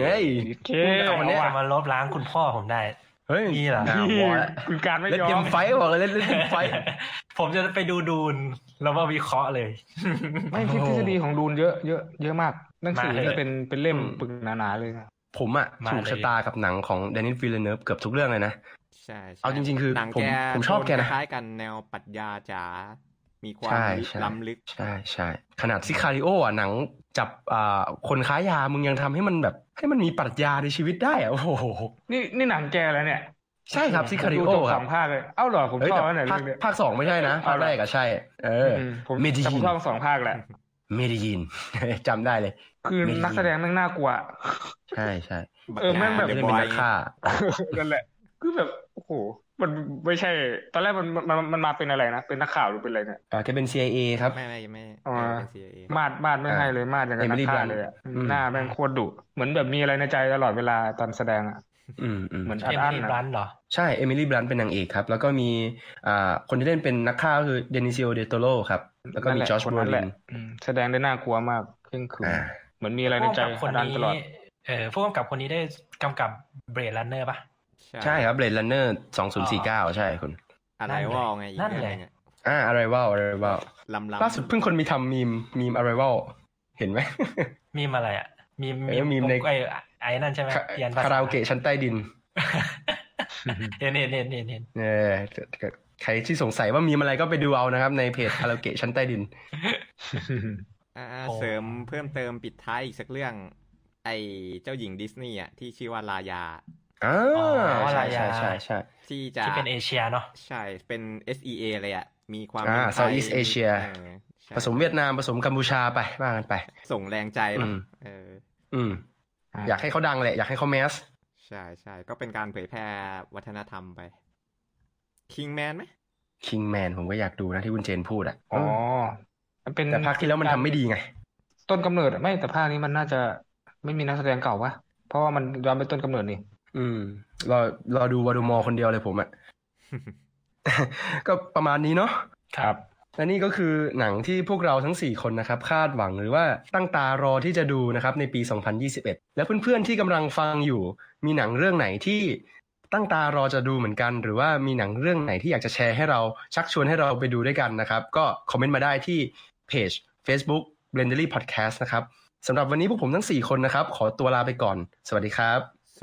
[SPEAKER 1] เฮ้ย
[SPEAKER 4] เท่
[SPEAKER 1] เอามา
[SPEAKER 2] มั
[SPEAKER 1] น เนี่ย
[SPEAKER 2] มาลบล้างคุณพ่อผมได้
[SPEAKER 1] เฮ้ย
[SPEAKER 2] มีเหรอ
[SPEAKER 1] าหัวละ
[SPEAKER 4] คุณการไม่
[SPEAKER 1] เล่น
[SPEAKER 4] ยอ
[SPEAKER 1] เก
[SPEAKER 4] ม
[SPEAKER 1] มไฟท์บอกเลยเล่นเล่นเกมไฟท์
[SPEAKER 2] ผมจะไปดูดูนแล้วมาวิเคราะห์เลย
[SPEAKER 4] ไม่
[SPEAKER 1] โอ้
[SPEAKER 4] ทฤ
[SPEAKER 1] โห
[SPEAKER 4] ทฤษฎีของดูนเยอะเยอะเยอะมากหนังสือ
[SPEAKER 2] มาเถอะ
[SPEAKER 4] เป็นเป็นเล่ม
[SPEAKER 1] อืม
[SPEAKER 4] ปึกหนาๆเลยนะ
[SPEAKER 1] ผมอะ
[SPEAKER 2] มา
[SPEAKER 1] ถูก
[SPEAKER 2] เลย
[SPEAKER 1] ชะตากับหนังของแดนิสฟิลเนฟเกือบทุกเรื่องเลยนะ
[SPEAKER 3] ใช่ใช่
[SPEAKER 1] เอาจริงๆคือ
[SPEAKER 3] หนัง
[SPEAKER 1] ผม
[SPEAKER 3] แก
[SPEAKER 1] ผมชอบแกนะ
[SPEAKER 3] โทคล้ายๆกันแนวปรัชญาจ๋ามีความ
[SPEAKER 1] ใช่ใช่
[SPEAKER 3] ล้ำลึก
[SPEAKER 1] ใช่ใช่ขนาดซิคาริโออะหนังจับอ่าคนค้ายามึงยังทำให้มันแบบ ให้มันมีปรัชญาในชีวิตได้อะโอ้โห
[SPEAKER 4] นี่นี่หนังแกแล้วเนี่ย
[SPEAKER 1] ใช่ครับซิคาริ
[SPEAKER 4] ผม
[SPEAKER 1] โอ
[SPEAKER 4] ดูจบ
[SPEAKER 1] ค
[SPEAKER 4] ส
[SPEAKER 1] รั
[SPEAKER 4] อบ งภาคเลยเอ้าเหรอผม
[SPEAKER 1] เฮ้ย
[SPEAKER 4] ชอ
[SPEAKER 1] แต่
[SPEAKER 4] บอันไหน
[SPEAKER 1] ภาค
[SPEAKER 4] เรื่องเนี้ย
[SPEAKER 1] ภาคสองไม่ใช่นะภาคแรกอะใช่ เอออ
[SPEAKER 4] มผม
[SPEAKER 1] เมดิยิน
[SPEAKER 4] แต่ผมชอบทั้งสองภาคแหละ
[SPEAKER 1] เมดิยิน จำได้เลย
[SPEAKER 4] คือ
[SPEAKER 1] เมดิยิน
[SPEAKER 4] นักแสดงแม่งน่ากลัว
[SPEAKER 1] ใช่ใช่
[SPEAKER 4] เออแม่งแบบ
[SPEAKER 1] ไม่
[SPEAKER 3] The
[SPEAKER 1] ได้เป็น
[SPEAKER 3] Boy
[SPEAKER 1] นักฆ่า
[SPEAKER 4] นั่นแหละ คือแบบโอ้โหมันไม่ใช่ ตอนแรกมันมันมันมาเป็นอะไรนะเป็นนักข่าวหรือเป็นอะไรเนี่ย
[SPEAKER 1] อ่าแกเป็น CIA ครับ
[SPEAKER 3] ไม่ไม่ไม่
[SPEAKER 4] อ๋อ
[SPEAKER 3] ไม่เป็น CIA
[SPEAKER 4] มาดมาดไม่ให้เลยมาดอย่างกับนัก
[SPEAKER 1] Emily
[SPEAKER 4] ข่าว
[SPEAKER 1] Blunt
[SPEAKER 4] เลยอะ
[SPEAKER 1] อืม
[SPEAKER 4] หน้าแม่งโคตรดุเหมือนแบบมีอะไรในใจตลอดเวลาตอนแสดงอ่ะ
[SPEAKER 1] อืมอืม
[SPEAKER 4] เหมือน
[SPEAKER 2] เอ
[SPEAKER 4] อัด
[SPEAKER 2] ม
[SPEAKER 4] อั้น
[SPEAKER 2] มี่บรั
[SPEAKER 4] อะ
[SPEAKER 2] นเหรอ
[SPEAKER 1] ใช่ เอมิลี่บลันเป็นนางเอกครับ แล้วก็มีอ่าคนที่เล่นเป็นนักฆ่าก็คือเดนิซิโอเดโตโรครับ แล้วก็มี
[SPEAKER 4] นั่นหะ
[SPEAKER 1] จอช
[SPEAKER 4] คน
[SPEAKER 1] บร
[SPEAKER 4] นั้นแห
[SPEAKER 1] ลิ
[SPEAKER 4] ละ
[SPEAKER 1] น
[SPEAKER 4] อืมแสดงได้น่ากลัวมากเคร่งขรึม
[SPEAKER 1] อ่า
[SPEAKER 4] เหมือนมีอะไรใน
[SPEAKER 2] ผู้กำ
[SPEAKER 4] ใจ
[SPEAKER 2] กับคน
[SPEAKER 4] อัดอั้น
[SPEAKER 2] นี้
[SPEAKER 4] ตลอด
[SPEAKER 2] เออผู้กำกับคนนี้ได้กำกับเบรด e ันเนอร์ป่ะ
[SPEAKER 1] ใช่ครับเบลด e ันเนอร์สองศูนย์สี่เก้าใช่คุณ
[SPEAKER 3] อะไรวอลไงอีก
[SPEAKER 2] นั่น
[SPEAKER 3] เรื่อง
[SPEAKER 2] แหละ
[SPEAKER 3] หนึงอะ
[SPEAKER 1] อ่าอะไรวาอะไรวา
[SPEAKER 3] ล้ำล้ำ
[SPEAKER 1] ล่าสุดเพิ่งคนมีทำมีมมีมอะไรวาเห็นไหม
[SPEAKER 2] มีมอะไรอ่ะ มีม
[SPEAKER 1] เออมีมใน
[SPEAKER 2] ไอ้ไอ้นั่นใช่ไหม
[SPEAKER 1] คา
[SPEAKER 2] เรียนภษ
[SPEAKER 1] คาราโอเกะชั้นใต้ดิน
[SPEAKER 2] เห็นเห็นเห็นเห็นเห็น
[SPEAKER 1] เออใครที่สงสัยว่ามีมอะไรก็ไปดูเอานะครับ ในเพจคาราโอเกะชั้นใต้ดิน
[SPEAKER 3] อ่าๆเสริมเพิ่มเติมปิดท้ายอีกสักเรื่อง ไอเจ้าหญิงดิสนีย์อ่ะที่ชื่อว่าลายา
[SPEAKER 1] อ่าใช่ใช่ใช่ใช่
[SPEAKER 3] ที่จะ
[SPEAKER 2] ที่เป็นเอเชียเนาะ
[SPEAKER 3] ใช่เป็น SEA เลยอ่ะ มีความ
[SPEAKER 1] อ่า
[SPEAKER 3] ป็นไทย
[SPEAKER 1] Southeast Asia
[SPEAKER 3] เออใช่
[SPEAKER 1] ผสมเวียดนามผสมกัมพูชาไปว่ากันไป
[SPEAKER 3] ส่งแรงใจเนอะ
[SPEAKER 1] อืม
[SPEAKER 3] เออ
[SPEAKER 1] อืม อยากให้เขาดังแหละ อยากให้เขาแมส
[SPEAKER 3] ใช่ใช่ก็เป็นการเผยแพร่วัฒนธรรมไป คิงแมนไหม
[SPEAKER 1] คิงแมนผมก็อยากดูนะที่คุณเจนพูดอ่ะ
[SPEAKER 4] อ๋อมันเป็น
[SPEAKER 1] แต่ภาคที่แล้วมันทำไม่ดีไง
[SPEAKER 4] ต้นกำเนิดไม่แต่ภาคนี้มันน่าจะไม่มีนักแสดงเก่าปะเพราะว่ามันย้อนไปต้นกำเนิดนี่
[SPEAKER 1] อืมรอรอดูวาดูมอคนเดียวเลยผมอ่ะ ก็ประมาณนี้เนาะ
[SPEAKER 4] ครับ
[SPEAKER 1] และนี่ก็คือหนังที่พวกเราทั้ง 4 คนนะครับ คาดหวังหรือว่าตั้งตารอที่จะดูนะครับในปี 2021 และเพื่อนๆที่กำลังฟังอยู่ มีหนังเรื่องไหนที่ตั้งตารอจะดูเหมือนกัน หรือว่ามีหนังเรื่องไหนที่อยากจะแชร์ให้เราชักชวนให้เราไปดูด้วยกันนะครับ ก็คอมเมนต์มาได้ที่เพจ Facebook b l e n d e r y Podcast นะครับสำหรับวันนี้พวกผมทั้ง 4 คนนะครับ ขอตัวลาไปก่อน สวัสดีครับ
[SPEAKER 3] ส